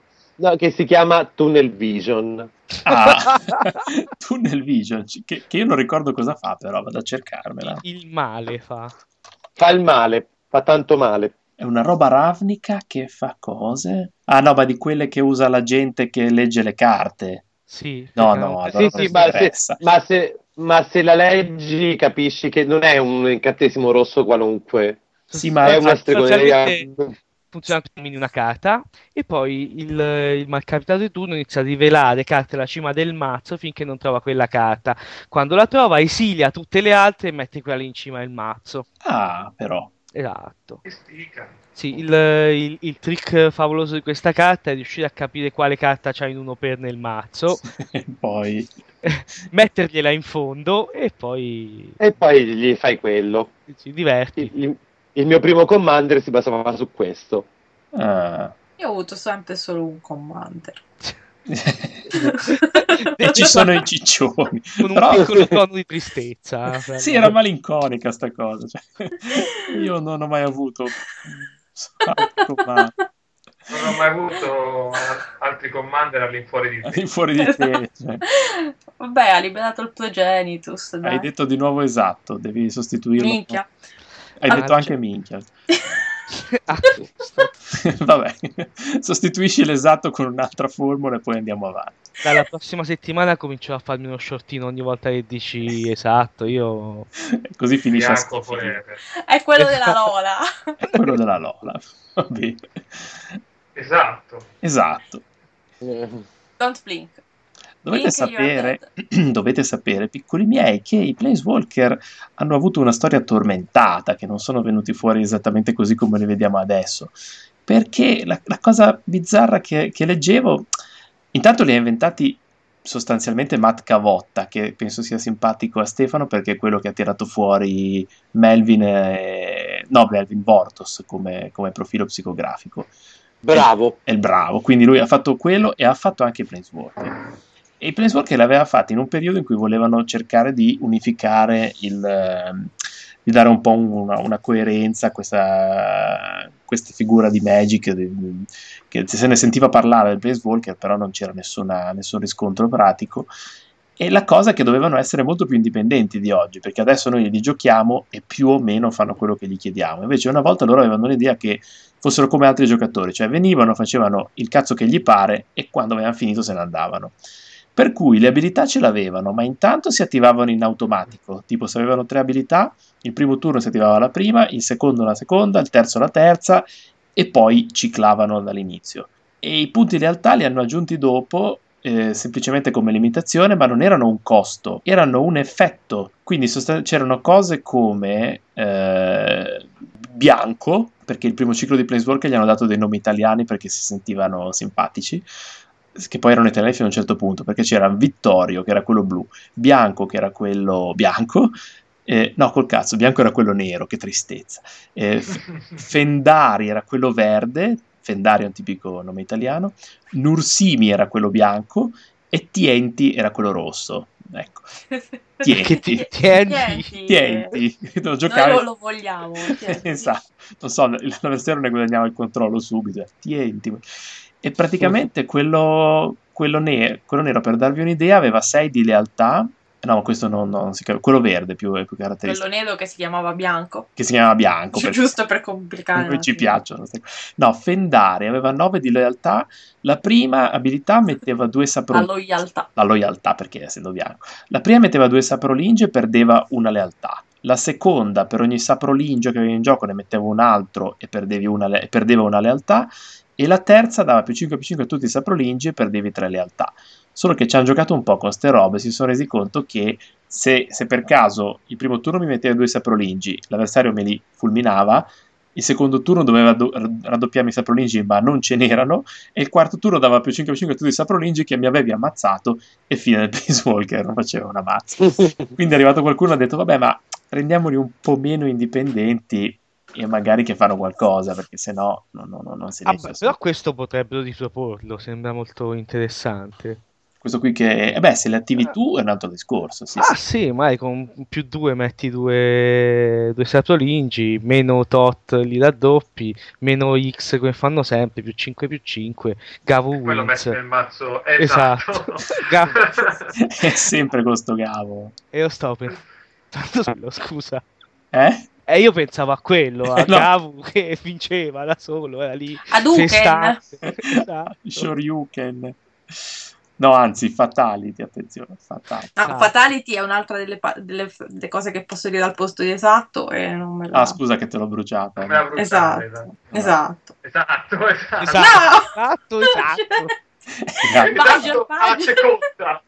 Speaker 6: no, che si chiama Tunnel Vision.
Speaker 3: Ah, Tunnel Vision, che, che io non ricordo cosa fa però, vado a cercarmela.
Speaker 7: Il male fa.
Speaker 6: Fa il male, fa tanto male.
Speaker 3: È una roba ravnica che fa cose? Ah no, ma di quelle che usa la gente che legge le carte.
Speaker 7: Sì.
Speaker 3: No,
Speaker 7: perché
Speaker 3: no,
Speaker 7: non-
Speaker 3: allora
Speaker 6: Sì,
Speaker 3: non
Speaker 6: sì,
Speaker 3: si
Speaker 6: ma se,
Speaker 3: interessa.
Speaker 6: ma se- ma se la leggi capisci che non è un incantesimo rosso qualunque,
Speaker 3: Sì, ma
Speaker 6: è una
Speaker 7: Ah,
Speaker 6: stregoneria.
Speaker 7: sostanzialmente- funziona più in una carta e poi il, il malcapitato di turno inizia a rivelare carte alla cima del mazzo finché non trova quella carta. Quando la trova esilia tutte le altre e mette quella lì in cima del mazzo.
Speaker 3: Ah, però.
Speaker 7: Esatto.
Speaker 4: Che sfiga.
Speaker 7: Sì, il, il- il trick favoloso di questa carta è riuscire a capire quale carta c'ha in uno per nel mazzo,
Speaker 3: E poi...
Speaker 7: mettergliela in fondo e poi
Speaker 6: E poi gli fai quello.
Speaker 7: si diverti.
Speaker 6: Gli, Il mio primo commander si basava su questo.
Speaker 3: Ah.
Speaker 5: Io ho avuto sempre solo un commander.
Speaker 3: e ci sono i ciccioni.
Speaker 7: con un
Speaker 3: Però-
Speaker 7: piccolo tono di tristezza.
Speaker 3: Sì, era malinconica sta cosa. cioè, io non ho mai avuto un sacco, ma
Speaker 4: Non ho mai avuto al- altri commander all'infuori di te.
Speaker 3: al di fuori di te. cioè.
Speaker 5: Vabbè, ha liberato il progenitus. Dai.
Speaker 3: Hai detto di nuovo esatto, devi sostituirlo.
Speaker 5: Minchia.
Speaker 3: Hai
Speaker 5: Ah,
Speaker 3: detto
Speaker 7: c'è.
Speaker 3: anche minchia.
Speaker 7: Ah,
Speaker 3: Vabbè, sostituisci l'esatto con un'altra formula e poi andiamo avanti.
Speaker 7: Dalla prossima settimana comincio a farmi uno shortino ogni volta che
Speaker 3: Eh
Speaker 7: dici esatto. Io
Speaker 3: Così finisce la
Speaker 4: Bianco
Speaker 3: schifo.
Speaker 4: forever.
Speaker 5: È quello della Lola.
Speaker 3: È quello della Lola. Va bene.
Speaker 4: Esatto.
Speaker 3: Esatto.
Speaker 5: Don't blink.
Speaker 3: Dovete
Speaker 5: Minchia,
Speaker 3: sapere, dovete sapere, piccoli miei, che i Planeswalker hanno avuto una storia tormentata, che non sono venuti fuori esattamente così come li vediamo adesso. Perché la, la cosa bizzarra che, che leggevo, intanto li ha inventati sostanzialmente Matt Cavotta, che penso sia simpatico a Stefano perché è quello che ha tirato fuori Melvin, e- no, Melvin Vortos come- come profilo psicografico
Speaker 6: Bravo.
Speaker 3: è il bravo, quindi lui ha fatto quello e ha fatto anche i Planeswalker. E i Planeswalker l'aveva fatto in un periodo in cui volevano cercare di unificare il... ehm, di dare un po' una, una coerenza a questa, questa figura di Magic di- che se ne sentiva parlare del Planeswalker però non c'era nessuna- nessun riscontro pratico e la cosa è che dovevano essere molto più indipendenti di oggi perché adesso noi li giochiamo e più o meno fanno quello che gli chiediamo invece una volta loro avevano l'idea che fossero come altri giocatori, cioè venivano, facevano il cazzo che gli pare e quando avevano finito se ne andavano. Per cui le abilità ce l'avevano, ma intanto si attivavano in automatico, tipo se avevano tre abilità, il primo turno si attivava la prima, il secondo la seconda, il terzo la terza e poi ciclavano dall'inizio. E i punti lealtà li hanno aggiunti dopo eh, semplicemente come limitazione, ma non erano un costo, erano un effetto. Quindi sostan- c'erano cose come eh, bianco, perché il primo ciclo di Planeswalker gli hanno dato dei nomi italiani perché si sentivano simpatici, che poi erano italiani fino a un certo punto, perché c'era Vittorio, che era quello blu, bianco, che era quello bianco. eh, no, col cazzo, bianco era quello nero, che tristezza. Eh, F- Fendari era quello verde, Fendari è un tipico nome italiano, Nursimi era quello bianco e Tienti era quello rosso. Ecco, Tienti.
Speaker 7: Che ti- tienti.
Speaker 3: Tienti, lo
Speaker 5: Noi
Speaker 3: giocavi.
Speaker 5: lo, lo vogliamo. tienti.
Speaker 3: esatto, non so, la versione ne guadagniamo il controllo subito, eh, Tienti. E praticamente quello, quello ne- quello nero, per darvi un'idea, aveva 6 di lealtà, no, questo non, non si capisce, quello verde più, è più caratteristico,
Speaker 5: Quello nero che si chiamava Bianco.
Speaker 3: che si chiama bianco. perché-
Speaker 5: Giusto per complicare.
Speaker 3: noi
Speaker 5: un
Speaker 3: ci
Speaker 5: attimo.
Speaker 3: piacciono. queste cose. No, Fendari aveva 9 di lealtà. La prima abilità metteva due
Speaker 5: La
Speaker 3: saprolinge.
Speaker 5: loyaltà.
Speaker 3: La loyaltà, perché essendo bianco. La prima metteva due saprolinge e perdeva una lealtà. La seconda, per ogni saprolingio che avevi in gioco, ne metteva un altro e perdevi una le- perdeva una lealtà. E la terza dava più 5 più 5 a tutti i saprolingi e perdevi tre lealtà. Solo che ci hanno giocato un po' con ste robe, si sono resi conto che se, se per caso il primo turno mi metteva due saprolingi, l'avversario me li fulminava, il secondo turno doveva do- raddoppiarmi i saprolingi, ma non ce n'erano. E il quarto turno dava più 5 5 a tutti i saprolingi che mi avevi ammazzato. E fine del Planeswalker, non faceva una mazza. Quindi è arrivato qualcuno e ha detto: Vabbè, ma rendiamoli un po' meno indipendenti e magari che fanno qualcosa, perché sennò no, no, no, non si
Speaker 7: Ah,
Speaker 3: riesce.
Speaker 7: beh,
Speaker 3: a-
Speaker 7: però questo potrebbero riproporlo, sembra molto interessante.
Speaker 3: Questo qui che, eh beh, se le attivi tu è un altro discorso. Sì,
Speaker 7: ah
Speaker 3: sì.
Speaker 7: sì, ma con più due metti due, due saprolingi, meno tot li raddoppi, meno X come fanno sempre, più 5 più 5, Gavu
Speaker 4: Eh, Quello
Speaker 7: wins.
Speaker 4: messo nel mazzo. Esatto.
Speaker 7: Esatto. Ga-
Speaker 3: è sempre con sto cavo.
Speaker 7: E io stavo pensando, solo, scusa.
Speaker 3: Eh?
Speaker 7: E io pensavo a quello, a
Speaker 3: No.
Speaker 7: Gavu che vinceva da solo, era lì.
Speaker 5: A Duken.
Speaker 7: festante. Esatto.
Speaker 3: Shoryuken. No, anzi, Fatality, attenzione, Fatality.
Speaker 5: No,
Speaker 7: Ah.
Speaker 5: Fatality è un'altra delle, pa- delle- delle cose che posso dire al posto di esatto e non me la...
Speaker 3: Ah, scusa che te l'ho bruciata.
Speaker 4: Me l'ha bruciata,
Speaker 5: Esatto, esatto.
Speaker 4: Esatto, esatto.
Speaker 7: Esatto, esatto, esatto.
Speaker 3: Dai,
Speaker 4: Esatto,
Speaker 5: Baggio,
Speaker 4: a
Speaker 5: baggio.
Speaker 4: seconda.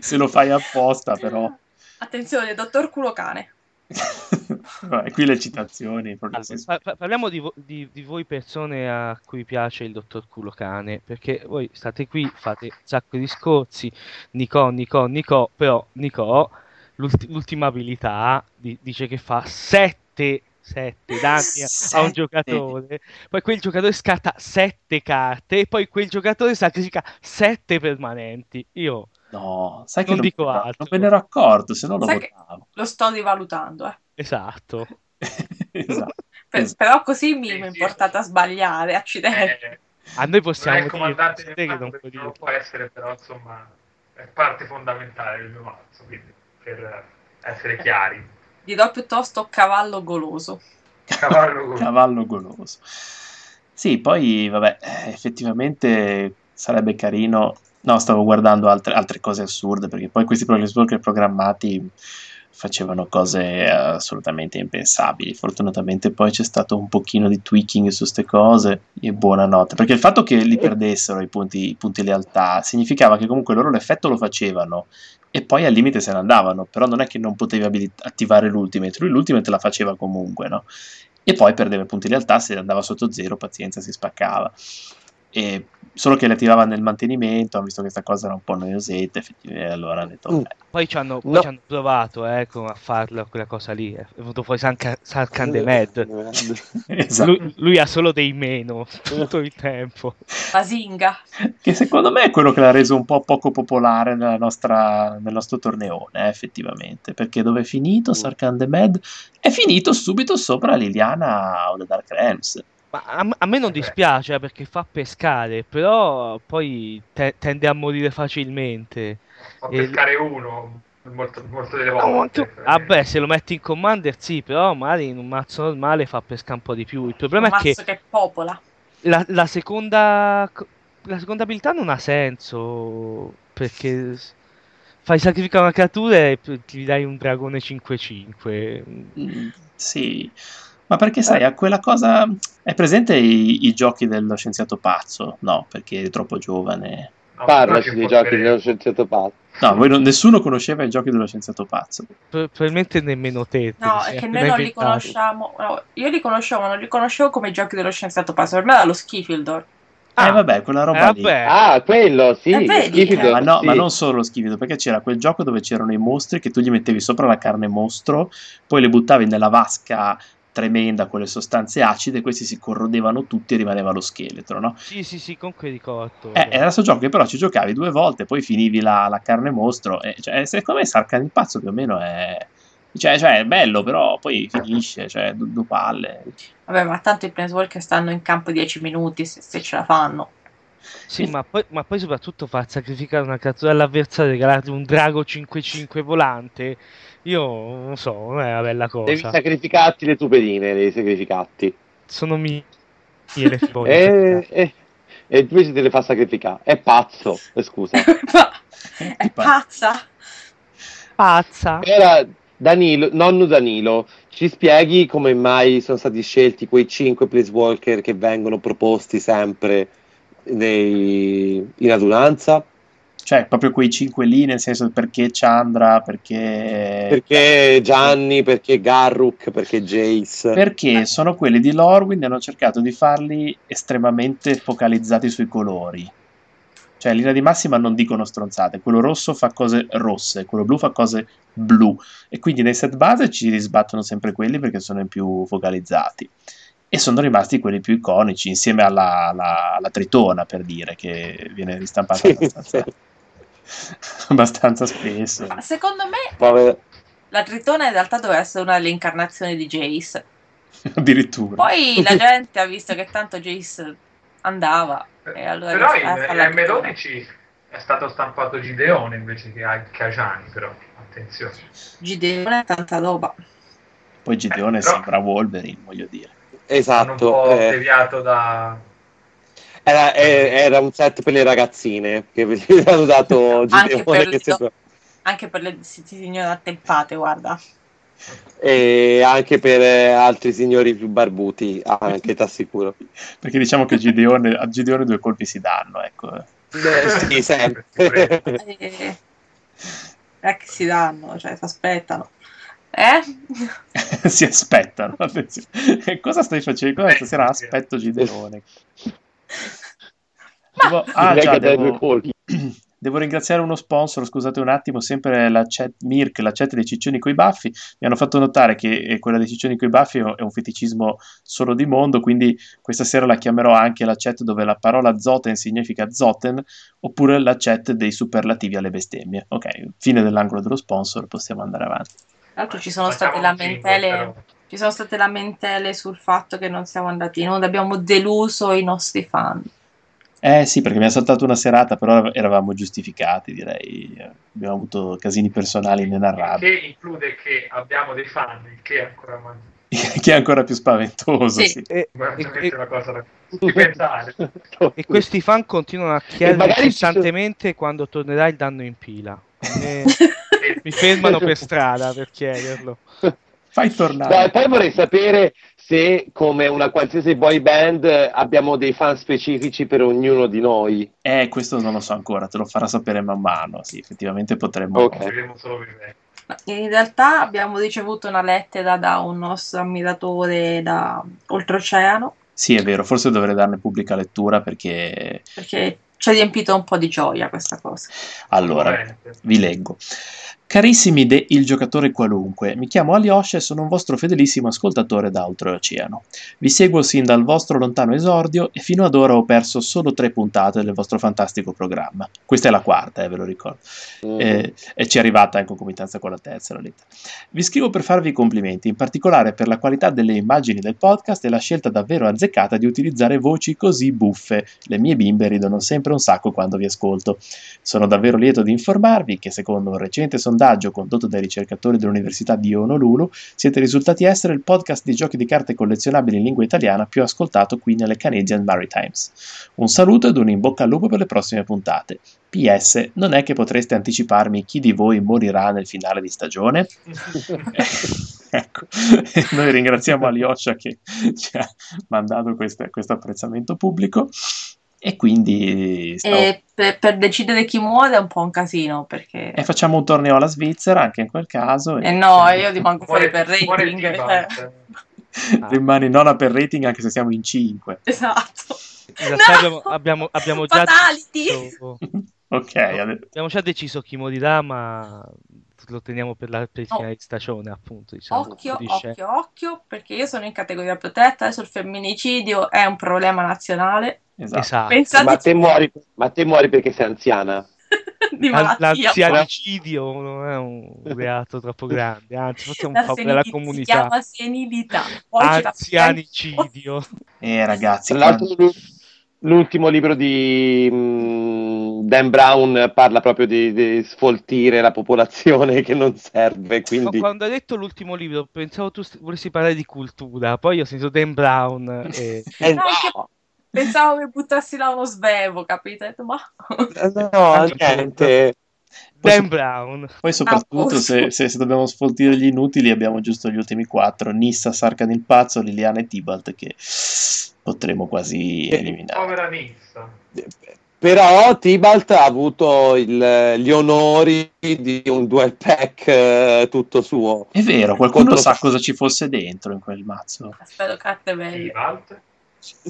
Speaker 3: Se lo fai apposta, però.
Speaker 5: Attenzione, dottor Culocane.
Speaker 3: Vabbè, qui le citazioni. proprio si-
Speaker 7: Pa- pa- parliamo di, vo- di- di voi persone a cui piace il dottor culo cane, perché voi state qui, fate un sacco di discorsi, Nico, Nico, Nico, però Nico l'ulti- l'ultima abilità di- dice che fa 7 7 danni a- a un
Speaker 3: Sette.
Speaker 7: giocatore, poi quel giocatore scarta 7 carte e poi quel giocatore sacrifica 7 permanenti. Io
Speaker 3: No, sai che
Speaker 7: Non
Speaker 3: non,
Speaker 7: dico
Speaker 3: me ne-
Speaker 7: altro.
Speaker 3: non me ne ero accorto, se no lo
Speaker 5: Sai che-
Speaker 3: votavo.
Speaker 5: Lo sto rivalutando, eh.
Speaker 7: Esatto.
Speaker 3: esatto.
Speaker 5: Per-
Speaker 3: Esatto.
Speaker 5: però così mi
Speaker 4: Mm. Sì,
Speaker 5: mi è
Speaker 4: sì.
Speaker 5: portata a sbagliare, accidenti.
Speaker 4: Eh,
Speaker 7: A noi
Speaker 4: non
Speaker 7: possiamo
Speaker 4: è il
Speaker 7: dire
Speaker 4: comandante del
Speaker 7: cose che
Speaker 4: mazzo,
Speaker 7: non può
Speaker 4: perché
Speaker 7: dire.
Speaker 4: non può essere, però insomma è parte fondamentale del mio mazzo, quindi per eh, essere chiari.
Speaker 5: Dirò piuttosto cavallo goloso.
Speaker 4: Cavallo con-
Speaker 3: Cavallo goloso. Sì, poi vabbè, eh, effettivamente sarebbe carino. No, stavo guardando altre, altre cose assurde perché poi questi progress worker programmati facevano cose eh, assolutamente impensabili. Fortunatamente poi c'è stato un pochino di tweaking su queste cose e buonanotte. Perché il fatto che li perdessero i punti, i punti lealtà significava che comunque loro l'effetto lo facevano e poi al limite se ne andavano, però non è che non potevi abilit- attivare l'ultimate, lui l'ultimate la faceva comunque, no? e poi perdeva i punti lealtà se andava sotto zero pazienza si spaccava E- solo che le attivava nel mantenimento ha visto che questa cosa era un po' noiosetta effettivamente allora ha detto
Speaker 6: Mm.
Speaker 3: "Beh,
Speaker 7: Poi ci hanno, poi
Speaker 6: No.
Speaker 7: ci hanno provato eh, con- a farlo quella cosa lì. È venuto fuori Sarca- Sarcandemed.
Speaker 3: esatto.
Speaker 7: Lui, lui ha solo dei meno tutto il tempo.
Speaker 5: Basinga.
Speaker 3: che secondo me è quello che l'ha reso un po' poco popolare nella nostra- nel nostro torneone eh, effettivamente perché dove è finito
Speaker 6: Mm.
Speaker 3: Sarkan the Mad è finito subito sopra Liliana o The Dark Realms
Speaker 7: Ma a, a me non
Speaker 4: Vabbè.
Speaker 7: dispiace eh, perché fa pescare, però poi te- tende a morire facilmente.
Speaker 4: Fa
Speaker 7: E-
Speaker 4: pescare uno molto, molto delle
Speaker 7: No,
Speaker 4: volte. eh.
Speaker 7: anche- Vabbè, se lo metti in commander sì, però magari in un mazzo normale fa pescare un po' di più.
Speaker 5: Un
Speaker 7: Il problema è che
Speaker 5: mazzo che popola.
Speaker 7: la, la seconda la seconda abilità non ha senso perché s- fai sacrificare una creatura e p- ti dai un dragone 5-5
Speaker 3: Mm, sì, ma perché sai, a quella cosa è presente i, i giochi dello scienziato pazzo? No, perché è troppo giovane.
Speaker 4: No,
Speaker 6: Parlaci
Speaker 4: però ci
Speaker 6: dei giochi
Speaker 4: porteremo.
Speaker 6: dello scienziato pazzo.
Speaker 3: No, voi non- nessuno conosceva i giochi dello scienziato pazzo.
Speaker 7: Pro- probabilmente nemmeno te te
Speaker 5: No,
Speaker 7: sei
Speaker 5: è che
Speaker 7: appena
Speaker 5: noi non li
Speaker 7: inventato.
Speaker 5: conosciamo. no, io li conoscevo, ma non li conoscevo come giochi dello scienziato pazzo. Per me era lo Schifildor.
Speaker 7: Ah,
Speaker 3: eh vabbè, quella
Speaker 7: eh,
Speaker 3: roba lì.
Speaker 7: vabbè
Speaker 6: Ah, quello, sì,
Speaker 5: Eh, vedi?
Speaker 6: Schifido,
Speaker 5: Eh,
Speaker 3: Ma, no,
Speaker 6: sì.
Speaker 3: ma non solo lo schivido, perché c'era quel gioco dove c'erano i mostri che tu gli mettevi sopra la carne mostro, poi le buttavi nella vasca tremenda con le sostanze acide, e questi si corrodevano tutti e rimaneva lo scheletro, no?
Speaker 7: sì sì sì con quel ricordo
Speaker 3: Eh, era questo gioco che però ci giocavi due volte, poi finivi la, la carne mostro. E, cioè, secondo me Sarcan il pazzo più o meno è. Cioè, cioè, è bello, però poi finisce, cioè, du- due palle.
Speaker 5: Vabbè, ma tanto i Planeswalker stanno in campo 10 minuti se, se ce la fanno.
Speaker 7: Sì, ma poi, ma poi soprattutto far sacrificare una creatura all'avversario e regalarti un drago 5-5 volante io non so cioè. non è una bella
Speaker 6: Devi
Speaker 7: cosa
Speaker 6: sacrificarti le tuberine, devi sacrificarti.
Speaker 7: sono mie mie le foglie
Speaker 3: Eh.
Speaker 6: E, e, e invece te le fa sacrificare. È pazzo, eh, scusa.
Speaker 5: è pazza.
Speaker 7: pazza
Speaker 6: Ora, Danilo, nonno Danilo, ci spieghi come mai sono stati scelti quei 5 Placewalker che vengono proposti sempre nei- in adunanza?
Speaker 3: Cioè, proprio quei cinque lì, nel senso perché Chandra, perché.
Speaker 6: Perché Gianni, perché Garruk, perché Jace?
Speaker 3: Perché sono quelli di Lorwyn e hanno cercato di farli estremamente focalizzati sui colori. Cioè, in linea di massima non dicono stronzate. Quello rosso fa cose rosse, quello blu fa cose blu. E quindi nei set base ci risbattono sempre quelli perché sono i più focalizzati. E sono rimasti quelli più iconici, insieme alla, alla- alla Tritona, per dire, che viene ristampata
Speaker 6: Sì,
Speaker 3: abbastanza, abbastanza spesso.
Speaker 5: Ma secondo me
Speaker 6: Povero-
Speaker 5: la Tritona in realtà doveva essere una delle incarnazioni di Jace.
Speaker 3: Addirittura.
Speaker 5: Poi la gente ha visto che tanto Jace andava. E allora
Speaker 4: Però
Speaker 5: eh,
Speaker 4: in
Speaker 5: fa la Tritona.
Speaker 4: M12 è stato stampato Gideone invece che Cajani, però attenzione.
Speaker 5: Gideone è tanta roba.
Speaker 3: Poi Gideone
Speaker 4: Eh, però-
Speaker 3: sembra Wolverine, voglio dire.
Speaker 4: Sono un po'
Speaker 6: Esatto, eh,
Speaker 4: deviato da...
Speaker 6: era, eh, era un set per le ragazzine che vi hanno dato
Speaker 5: Anche
Speaker 6: Gideone,
Speaker 5: per
Speaker 6: che
Speaker 5: le-
Speaker 6: sembra-
Speaker 5: Anche per le si- signore attempate, guarda.
Speaker 6: e anche per eh, altri signori più barbuti, ah,
Speaker 3: Eh
Speaker 6: anche ti assicuro.
Speaker 3: Perché diciamo che Gideone, a Gideone due colpi si danno, ecco.
Speaker 6: Beh, sì, sempre.
Speaker 5: Eh, eh, che si danno, cioè, si aspettano. Eh?
Speaker 3: si aspettano. attenzione. Cosa stai facendo?
Speaker 6: Eh,
Speaker 3: Cosa stasera aspetto Gideone. Devo-
Speaker 6: Direi
Speaker 3: ah, già,
Speaker 6: che dai
Speaker 3: devo,
Speaker 6: due colpi.
Speaker 3: Devo ringraziare uno sponsor, scusate un attimo, sempre la chat Mirk, la chat dei ciccioni coi baffi. Mi hanno fatto notare che eh, quella dei ciccioni coi baffi è è un feticismo solo di mondo, quindi questa sera la chiamerò anche la chat dove la parola zoten significa zoten, oppure la chat dei superlativi alle bestemmie. Ok, fine dell'angolo dello sponsor, possiamo andare avanti.
Speaker 5: Tra l'altro ci sono
Speaker 4: Facciamo
Speaker 5: state
Speaker 4: un jingle,
Speaker 5: lamentele.
Speaker 4: però.
Speaker 5: Ci sono state lamentele sul fatto che non siamo andati in onda, abbiamo deluso i nostri fan.
Speaker 3: Eh sì, perché mi ha saltato una serata, però eravamo giustificati, direi. Abbiamo avuto casini personali
Speaker 4: Il
Speaker 3: inenarrabili,
Speaker 4: Che include che abbiamo dei fan, il che è ancora ma-
Speaker 3: che è ancora più spaventoso,
Speaker 5: Sì.
Speaker 3: sì.
Speaker 7: E,
Speaker 4: veramente
Speaker 7: e-
Speaker 5: Eh,
Speaker 4: una cosa da di pensare.
Speaker 7: e questi fan continuano a chiedere
Speaker 6: magari ci sono-
Speaker 7: costantemente quando tornerà il danno in pila. E mi fermano per strada per chiederlo.
Speaker 3: Fai
Speaker 6: No, e
Speaker 3: tornare.
Speaker 6: poi vorrei sapere se, come una qualsiasi boy band, eh, abbiamo dei fan specifici per ognuno di noi.
Speaker 3: Eh, questo non lo so ancora, te lo farà sapere man mano. Sì, effettivamente potremmo...
Speaker 6: Ok.
Speaker 4: Vedremo solo vivendo.
Speaker 5: Ma In realtà abbiamo ricevuto una lettera da un nostro ammiratore da oltreoceano
Speaker 3: Sì, è vero, forse dovrei darne pubblica lettura perché...
Speaker 5: perché ci ha riempito un po' di gioia questa cosa.
Speaker 3: Allora, vi leggo. Carissimi de Il giocatore qualunque, mi chiamo Aliosha e sono un vostro fedelissimo ascoltatore da Oltreoceano. Vi seguo sin dal vostro lontano esordio e fino ad ora ho perso solo tre puntate del vostro fantastico programma. Questa è la quarta, eh, ve lo ricordo. Eh, e ci è arrivata in concomitanza con la terza la lettera. Vi scrivo per farvi i complimenti, in particolare per la qualità delle immagini del podcast e la scelta davvero azzeccata di utilizzare voci così buffe. Le mie bimbe ridono sempre un sacco quando vi ascolto. Sono davvero lieto di informarvi che secondo un recente sondaggio condotto dai ricercatori dell'Università di Honolulu siete risultati essere il podcast di giochi di carte collezionabili in lingua italiana più ascoltato qui nelle Canadian Maritimes. Un saluto ed un in bocca al lupo per le prossime puntate. PS, non è che potreste anticiparmi chi di voi morirà nel finale di stagione? Eh, ecco, noi ringraziamo Aliosha che ci ha mandato queste- questo apprezzamento pubblico e quindi stavo-
Speaker 5: E per, per decidere chi muore è un po' un casino perché...
Speaker 4: Eh,
Speaker 3: e facciamo un torneo alla Svizzera anche in quel caso.
Speaker 5: Eh no, io rimango fuori
Speaker 4: Muore,
Speaker 5: per
Speaker 4: certo. muore
Speaker 5: rating.
Speaker 4: il
Speaker 5: eh.
Speaker 4: T-Bart.
Speaker 3: Rimani nona per rating anche se siamo in 5.
Speaker 5: Esatto.
Speaker 7: In realtà
Speaker 5: No!
Speaker 7: abbiamo, abbiamo- abbiamo già
Speaker 5: Fatality!
Speaker 7: deciso,
Speaker 3: ok, ade-
Speaker 7: abbiamo già deciso chi morirà, ma lo teniamo per la per il finale di stagione, appunto. Diciamo,
Speaker 5: Oh. Occhio,
Speaker 7: di scena.
Speaker 5: occhio, occhio, perché io sono in categoria protetta, adesso il femminicidio è un problema nazionale.
Speaker 3: esatto.
Speaker 4: Ah,
Speaker 7: Esatto.
Speaker 6: ma,
Speaker 5: Pensate
Speaker 6: te muori, ma te muori perché sei anziana.
Speaker 5: di
Speaker 7: L'an-
Speaker 5: malattia.
Speaker 7: L'anzianicidio non è un reato troppo grande, anzi, forse è un
Speaker 5: La
Speaker 7: po' della
Speaker 5: senilità, si
Speaker 7: comunità.
Speaker 5: chiama senilità. Poi ce la-
Speaker 7: Anzianicidio.
Speaker 3: Eh ragazzi,
Speaker 6: Tra l'altro,
Speaker 3: quando-
Speaker 6: l'u- l'ultimo libro di mm, Dan Brown parla proprio di, di sfoltire la popolazione che non serve,
Speaker 7: Ma
Speaker 6: quindi
Speaker 7: quando hai detto l'ultimo libro, pensavo tu st- volessi parlare di cultura, poi ho sentito Dan Brown e
Speaker 6: Eh,
Speaker 5: No,
Speaker 6: no,
Speaker 5: Pensavo che buttassi là uno svevo, capite? Ma
Speaker 6: no, no, niente.
Speaker 3: poi,
Speaker 7: Dan Brown.
Speaker 3: poi soprattutto
Speaker 5: Ah,
Speaker 3: se, se- se dobbiamo sfoltire gli inutili abbiamo giusto gli ultimi 4, Nissa, Sarkan il Pazzo, Liliana e Tibalt che potremmo quasi
Speaker 6: Eh,
Speaker 3: eliminare.
Speaker 4: Povera Nissa.
Speaker 6: Però Tibalt ha avuto il- gli onori di un duel pack eh, tutto suo.
Speaker 3: È vero, qualcuno
Speaker 6: Contro-
Speaker 3: sa cosa ci fosse dentro in quel mazzo.
Speaker 5: spero carte
Speaker 4: Di
Speaker 5: belle.
Speaker 4: Walt.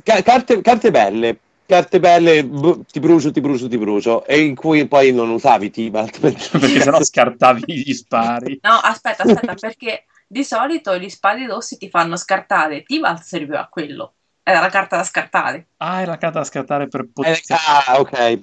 Speaker 6: Ca- carte, carte belle, carte belle, bru- ti brucio, ti brucio, ti brucio, e in cui poi non usavi Tibalt perché,
Speaker 3: Perché sennò scartavi gli spari.
Speaker 5: No, aspetta, aspetta, perché di solito gli spari rossi ti fanno scartare. Tibalt serviva a quello. Era la carta da scartare.
Speaker 3: Ah, è la carta da scartare per
Speaker 6: Eh,
Speaker 3: potenziare.
Speaker 6: Ah, ok,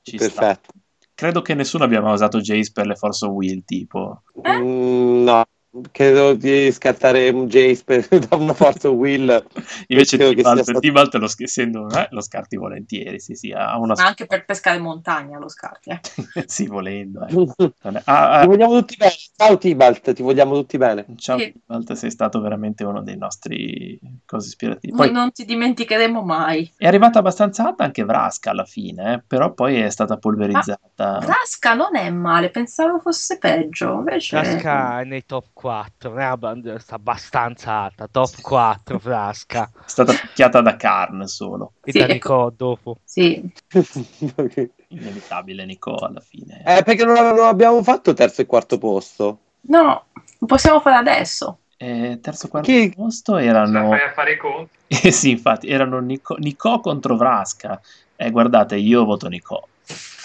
Speaker 3: Ci sta.
Speaker 6: perfetto.
Speaker 3: Credo che nessuno abbia mai usato Jace per le Force of Will, tipo.
Speaker 5: Eh?
Speaker 6: Mm, no, credo di scattare un Jace per- da una forza Will.
Speaker 3: Invece
Speaker 6: Credo che
Speaker 3: Tibalt,
Speaker 6: sia stato-
Speaker 3: Tibalt lo, sch- essendo, eh, lo scarti volentieri, sì, sì, ha una...
Speaker 5: Ma anche per pescare in montagna lo scarti. eh.
Speaker 3: sì, volendo. eh.
Speaker 6: Ti
Speaker 3: Non è- Ah, ah,
Speaker 6: vogliamo tutti bene. Ciao Tibalt, ti vogliamo tutti bene.
Speaker 3: ciao
Speaker 5: Sì.
Speaker 3: Tibalt, sei stato veramente uno dei nostri cose ispirativi.
Speaker 5: Noi
Speaker 3: Poi
Speaker 6: Mm.
Speaker 5: non ti dimenticheremo mai.
Speaker 3: è arrivata abbastanza alta anche Vraska alla fine, eh, però poi è stata
Speaker 6: Ah,
Speaker 3: polverizzata.
Speaker 5: Rasca non è male, pensavo fosse peggio. Invece
Speaker 7: Frasca è nei top 4, non è abb- sta abbastanza alta, top 4 Frasca,
Speaker 3: È stata picchiata da Karn solo.
Speaker 7: e
Speaker 5: Sì,
Speaker 7: da
Speaker 5: ecco.
Speaker 7: Nico dopo.
Speaker 5: sì.
Speaker 6: eh,
Speaker 3: Inevitabile Nico alla fine.
Speaker 6: perché non non abbiamo fatto terzo e quarto posto.
Speaker 5: No, lo possiamo fare adesso.
Speaker 3: Eh, terzo quarto
Speaker 6: Chi-
Speaker 3: posto
Speaker 4: Se la
Speaker 3: erano...
Speaker 4: fai a fare i conti.
Speaker 3: Eh sì, infatti, erano Nico, Nico contro Vraska. Eh, guardate, io voto Nico.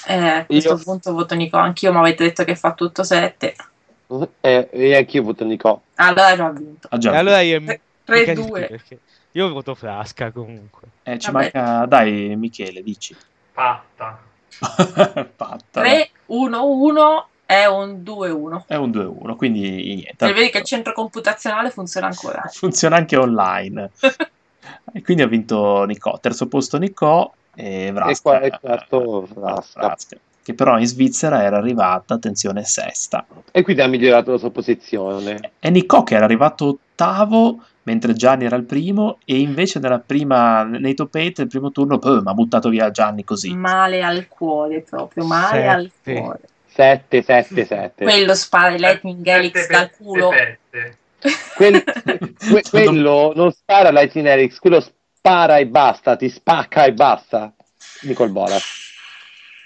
Speaker 5: Eh, a questo
Speaker 6: Io-
Speaker 5: punto voto Nico, anch'io mi avete detto che fa tutto 7.
Speaker 6: Eh, e anch'io voto Nico.
Speaker 5: Allora già ha vinto.
Speaker 3: Ah, già.
Speaker 7: E allora io mi- mi cadi tu,
Speaker 5: 3-2.
Speaker 7: perché Io voto Frasca comunque.
Speaker 3: Eh, ci
Speaker 5: vabbè.
Speaker 3: manca... Dai, Michele, dici.
Speaker 4: Patta.
Speaker 3: Patta.
Speaker 5: 3-1-1 è un 2-1.
Speaker 3: È un 2-1, quindi niente.
Speaker 5: Se Cioè, vedi che il centro computazionale funziona ancora.
Speaker 3: Funziona anche online. e quindi ha vinto Nicò. Terzo posto Nicò e Vrasca.
Speaker 6: qua- e quarto Vrasca.
Speaker 3: Che però in Svizzera era arrivata, attenzione, sesta.
Speaker 6: E quindi ha migliorato la sua posizione.
Speaker 3: È Nicò che era arrivato ottavo, mentre Gianni era il primo, e invece nella prima, nei top 8 del primo turno, pum, ha buttato via Gianni così.
Speaker 5: Male al cuore proprio, male al
Speaker 7: Sette.
Speaker 5: cuore.
Speaker 6: 7, 7, 7.
Speaker 5: Quello spara il Lightning Helix
Speaker 4: Sette
Speaker 5: dal
Speaker 4: pe-
Speaker 5: culo.
Speaker 4: sette pezze.
Speaker 6: quello non spara Lightning Helix, quello spara e basta, ti spacca e basta. Nicol Bola.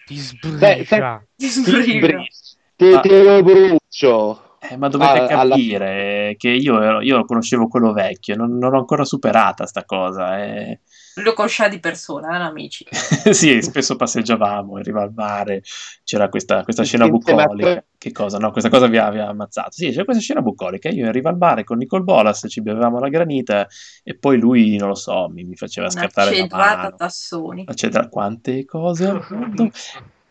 Speaker 7: Ti sbriga.
Speaker 5: Ti
Speaker 6: Ti
Speaker 5: sbriga.
Speaker 6: bri- Te, te lo brucio.
Speaker 3: Eh, ma dovete
Speaker 6: Ah, alla-
Speaker 3: capire che io, ero- io conoscevo quello vecchio, non, non l'ho ancora superata sta cosa. eh.
Speaker 5: Lo conosceva di persona, eh, amici.
Speaker 3: sì, spesso passeggiavamo, arriva al mare, c'era questa, questa scena
Speaker 6: Insieme a
Speaker 3: bucolica.
Speaker 6: te.
Speaker 3: Che cosa? No, questa cosa vi ha, vi ha ammazzato. Sì, c'era questa scena bucolica. Io in riva al mare con Nicol Bolas ci bevevamo la granita e poi lui, non lo so, mi, mi faceva
Speaker 5: Una
Speaker 3: scattare la
Speaker 5: cedrata
Speaker 3: mano.
Speaker 5: tassoni.
Speaker 3: Eccetera, quante cose al mondo.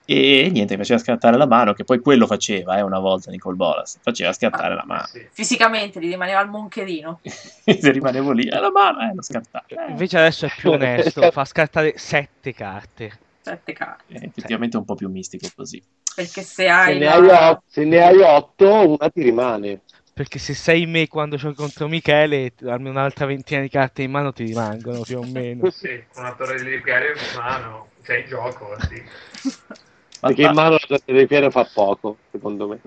Speaker 3: E niente, mi faceva scattare la mano, che poi quello faceva, eh, una volta Nicol Bolas, faceva scattare la mano.
Speaker 4: Sì.
Speaker 5: Fisicamente gli rimaneva il moncherino.
Speaker 3: Se rimanevo lì, eh, la mano, eh, lo scattavo. Eh,
Speaker 7: Invece adesso è più onesto, fa scartare sette carte.
Speaker 5: Sette carte.
Speaker 3: eh, effettivamente è un po' più mistico così.
Speaker 5: Perché se
Speaker 6: Se
Speaker 5: hai...
Speaker 6: ne
Speaker 5: la-
Speaker 6: hai o- se ne hai 8, una ti rimane.
Speaker 7: Perché se sei me quando c'ho contro Michele, almeno un'altra ventina di carte in mano ti rimangono più o meno.
Speaker 4: Sì, con una torre di ripiare in mano, c'è in gioco, sì.
Speaker 3: Ma,
Speaker 6: Perché in
Speaker 3: ma-
Speaker 6: mano la torre di pieno fa poco, secondo me.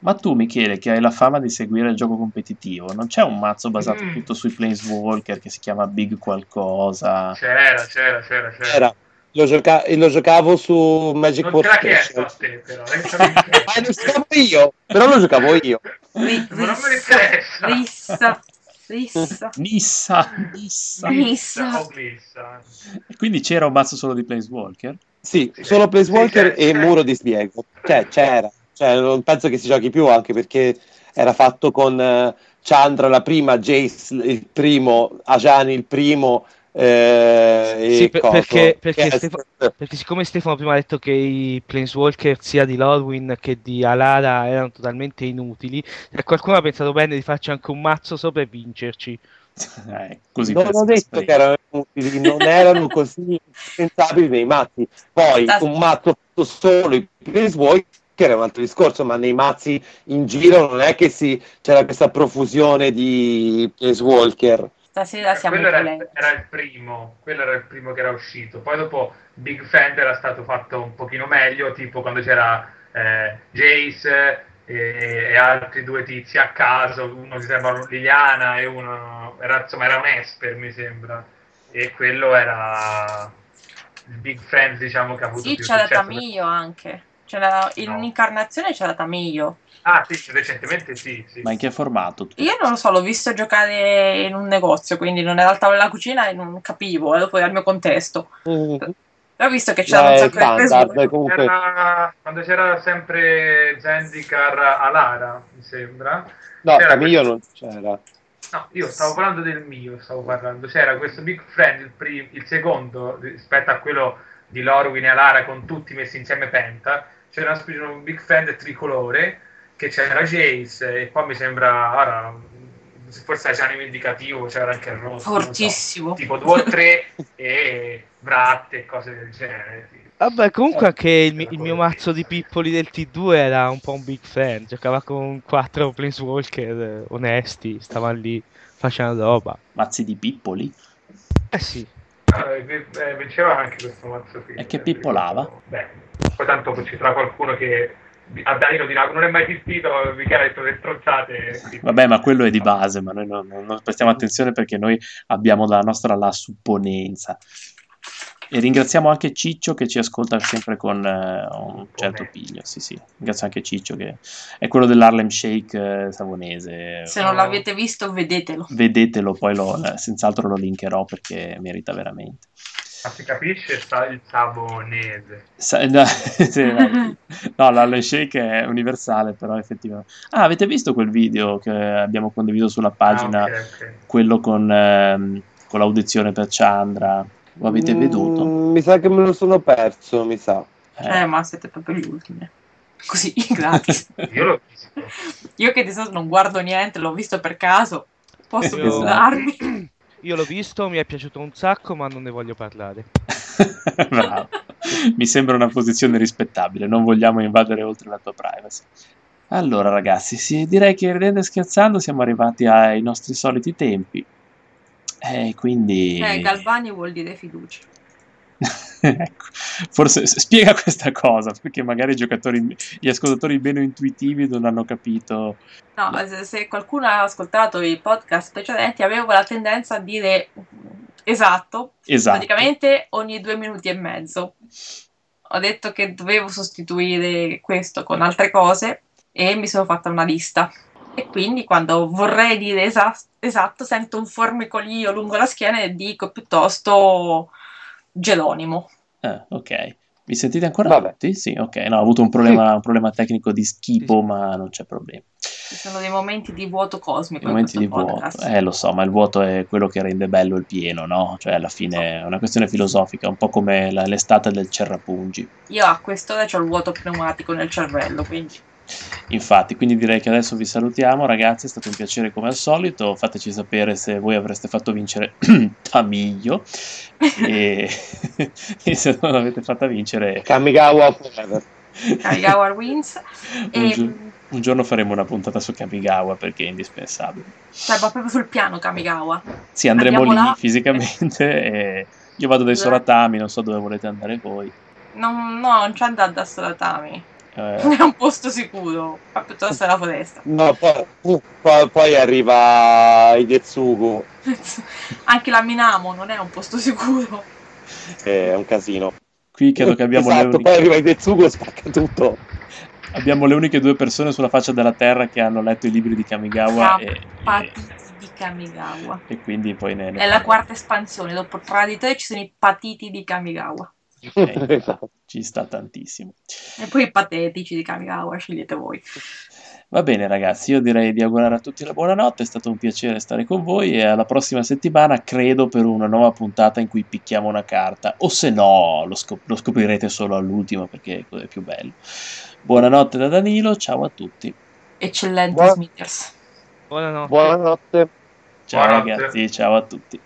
Speaker 3: ma tu, Michele, che hai la fama di seguire il gioco competitivo, non c'è un mazzo basato
Speaker 4: Mm.
Speaker 3: tutto sui Planeswalker che si chiama Big
Speaker 6: Ah.
Speaker 3: qualcosa?
Speaker 4: C'era, c'era, c'era, c'era.
Speaker 6: Eh. Era, lo, gioca- lo giocavo su Magic
Speaker 4: Non te l'ha
Speaker 6: World
Speaker 4: chiesto a
Speaker 6: Special.
Speaker 4: te, però. eh, sapevi che-
Speaker 6: Ah, lo giocavo io, però lo giocavo io.
Speaker 5: Ri-
Speaker 4: Ma non me ne
Speaker 5: rissa,
Speaker 4: interessa.
Speaker 5: Rissa, rissa,
Speaker 3: Nissa, Nissa.
Speaker 5: Sì.
Speaker 4: Missa o missa.
Speaker 3: E Quindi c'era un mazzo solo di Planeswalker?
Speaker 6: Sì, solo Placewalker
Speaker 4: Sì, c'è-
Speaker 6: e Muro di Spiego. Cioè, c'era. Cioè, non penso che si giochi più, anche perché era fatto con eh, Chandra la prima, Jace il primo, Ajani il primo. eh, e
Speaker 7: Sì, per-
Speaker 6: Coco.
Speaker 7: perché- perché
Speaker 6: Yes.
Speaker 7: Stefano- Perché siccome Stefano prima ha detto che i Planeswalker sia di Lorwyn che di Alara erano totalmente inutili, se qualcuno ha pensato bene di farci anche un mazzo sopra e vincerci.
Speaker 3: Eh, così
Speaker 6: non
Speaker 3: per
Speaker 6: ho detto
Speaker 3: esprimere.
Speaker 6: che erano inutili, non erano così pensabili nei mazzi. Poi
Speaker 5: Sta-
Speaker 6: un mazzo fatto solo in Planeswalker era un altro discorso, ma nei mazzi in giro non è che si, c'era questa profusione di Planeswalker.
Speaker 5: Stasera siamo
Speaker 4: Eh, quello era,
Speaker 5: polemici.
Speaker 4: era il primo, quello era il primo che era uscito. Poi dopo Big Fend era stato fatto un pochino meglio, tipo quando c'era eh, Jace eh, e altri due tizi a caso, uno si chiamava Liliana e uno era, insomma era un Esper mi sembra. E quello era il Big Fend diciamo che ha avuto
Speaker 5: Sì,
Speaker 4: più
Speaker 5: c'era
Speaker 4: successo.
Speaker 5: Tamiglio anche. C'era, in
Speaker 4: No.
Speaker 5: un'incarnazione c'era Tamiglio.
Speaker 4: Ah sì, recentemente sì. sì.
Speaker 3: Ma in che formato? tu?
Speaker 5: Io non lo so, l'ho visto giocare in un negozio, quindi non era al tavolo della cucina e non capivo, eh, ero poi al mio contesto. Però ho visto che c'era un
Speaker 6: Eh,
Speaker 5: sacco di
Speaker 6: standard,
Speaker 5: preso.
Speaker 6: comunque.
Speaker 4: Era- quando c'era sempre Zendikar Alara, mi sembra.
Speaker 6: No,
Speaker 4: c'era
Speaker 6: Camillo
Speaker 4: questo-
Speaker 6: non c'era.
Speaker 4: No, io stavo parlando del mio, stavo parlando. C'era questo Big Friend, il, prim- il secondo, rispetto a quello di Lorwin e Alara con tutti messi insieme penta, c'era un- c'era un Big Friend tricolore, che c'era Jace, e poi mi sembra, ora, forse era un indicativo, c'era anche il rosso. non so.
Speaker 5: Fortissimo.
Speaker 4: Tipo due o tre e bratte e cose del genere. sì.
Speaker 7: Vabbè,
Speaker 4: Eh,
Speaker 7: comunque anche il, mi-
Speaker 4: era
Speaker 7: il
Speaker 4: come
Speaker 7: mio
Speaker 4: dire.
Speaker 7: mazzo di pippoli del T2 era un po' un big fan, giocava con quattro Planeswalker eh, onesti, stava lì facendo roba.
Speaker 3: Mazzi di pippoli?
Speaker 7: Eh sì,
Speaker 4: Eh, eh, vinceva anche questo mazzo qui.
Speaker 3: E che pippolava?
Speaker 4: Beh, poi tanto ci sarà qualcuno che a Danilo dirà non è mai esistito, Michele ha detto le stronzate.
Speaker 3: Vabbè, ma quello è di base, ma noi non, non- non prestiamo attenzione perché noi abbiamo la nostra la supponenza. E ringraziamo anche Ciccio che ci ascolta sempre con eh, un certo piglio. Sì, sì. Ringrazio anche Ciccio che è quello dell'Harlem Shake eh, savonese.
Speaker 5: Se non l'avete visto, vedetelo.
Speaker 3: Vedetelo, poi lo- eh, senz'altro lo linkerò perché merita veramente.
Speaker 4: Ma si capisce sta il sabonese.
Speaker 3: Sa- no, sì, no. No, la Le Shake è universale, però effettivamente. Ah, avete visto quel video che abbiamo condiviso sulla pagina?
Speaker 4: Ah, ok, ok.
Speaker 3: Quello con, ehm, con l'audizione per Chandra? Lo avete
Speaker 6: Mm,
Speaker 3: veduto?
Speaker 6: Mi sa che me lo sono perso, mi sa.
Speaker 5: Eh, ma siete proprio gli ultimi. Così, gratis.
Speaker 4: Io l'ho visto.
Speaker 5: Io che di solito non guardo niente, l'ho visto per caso. Posso
Speaker 7: Io-
Speaker 5: scusarmi?
Speaker 7: Io l'ho visto, mi è piaciuto un sacco, ma non ne voglio parlare.
Speaker 3: Bravo. Mi sembra una posizione rispettabile, non vogliamo invadere oltre la tua privacy. Allora, ragazzi, sì, direi che ridendo e scherzando siamo arrivati ai nostri soliti tempi. E quindi.
Speaker 5: Eh, Galvani vuol dire fiducia.
Speaker 3: ecco, forse s- spiega questa cosa, perché magari i giocatori, gli ascoltatori meno intuitivi non hanno capito.
Speaker 5: No, se, se qualcuno ha ascoltato i podcast precedenti, avevo la tendenza a dire esatto,
Speaker 3: Esatto.
Speaker 5: praticamente ogni due minuti e mezzo. Ho detto che dovevo sostituire questo con altre cose e mi sono fatta una lista. E quindi quando vorrei dire esas- esatto, sento un formicolio lungo la schiena e dico piuttosto Gelonimo.
Speaker 3: Ah, ok. Mi sentite ancora
Speaker 6: Vabbè.
Speaker 3: tutti? Sì, ok. No, ho avuto un problema, un problema tecnico di schifo, ma non c'è problema.
Speaker 5: Ci sono dei momenti di vuoto cosmico.
Speaker 3: I
Speaker 5: in
Speaker 3: momenti di
Speaker 5: questo
Speaker 3: vuoto,
Speaker 5: podcast.
Speaker 3: eh lo so, ma il vuoto è quello che rende bello il pieno, no? Cioè, alla fine è una questione filosofica, un po' come la- l'estate del Cerrapungi.
Speaker 5: Io a quest'ora ho il vuoto pneumatico nel cervello, quindi
Speaker 3: Infatti, quindi direi che adesso vi salutiamo, ragazzi, è stato un piacere come al solito. Fateci sapere se voi avreste fatto vincere Tamiglio e... e se non l'avete fatta vincere.
Speaker 6: Kamigawa forever.
Speaker 5: Kagawa wins.
Speaker 3: un,
Speaker 5: E
Speaker 3: gio- un giorno faremo una puntata su Kamigawa perché è indispensabile.
Speaker 5: cioè, va proprio sul piano Kamigawa.
Speaker 3: Sì, andremo
Speaker 5: Andiamo
Speaker 3: lì
Speaker 5: là.
Speaker 3: fisicamente e io vado dai soratami, non so dove volete andare voi.
Speaker 5: Non, no, non c'è andato da Solatami.
Speaker 3: Eh,
Speaker 5: È un posto sicuro. Va piuttosto alla foresta.
Speaker 6: No, poi, uh, poi, poi arriva Idetsugu,
Speaker 5: Anche la Minamo non è un posto sicuro.
Speaker 6: che è un casino.
Speaker 3: Qui credo che abbiamo, le
Speaker 6: esatto,
Speaker 3: uniche,
Speaker 6: poi arriva Idetsugu e spacca tutto.
Speaker 3: abbiamo le uniche due persone sulla faccia della terra che hanno letto i libri di Kamigawa e, e-
Speaker 5: Patiti di Kamigawa.
Speaker 3: e quindi poi ne... ne
Speaker 5: È la
Speaker 3: parliamo.
Speaker 5: quarta espansione. Dopo Traditore ci sono i patiti di Kamigawa.
Speaker 3: Ok,
Speaker 6: Esatto.
Speaker 3: Eh, Ci sta tantissimo.
Speaker 5: E poi i patetici di Kamigawa, scegliete voi.
Speaker 3: Va bene ragazzi, io direi di augurare a tutti la buonanotte, è stato un piacere stare con voi e alla prossima settimana credo per una nuova puntata in cui picchiamo una carta o se no lo, scop- lo scoprirete solo all'ultimo perché è più bello. Buonanotte da Danilo, ciao a tutti.
Speaker 5: Eccellente
Speaker 6: Buon-
Speaker 5: Smithers.
Speaker 7: Buonanotte.
Speaker 6: Buonanotte.
Speaker 3: Ciao
Speaker 4: Buonanotte.
Speaker 3: ragazzi, ciao a tutti.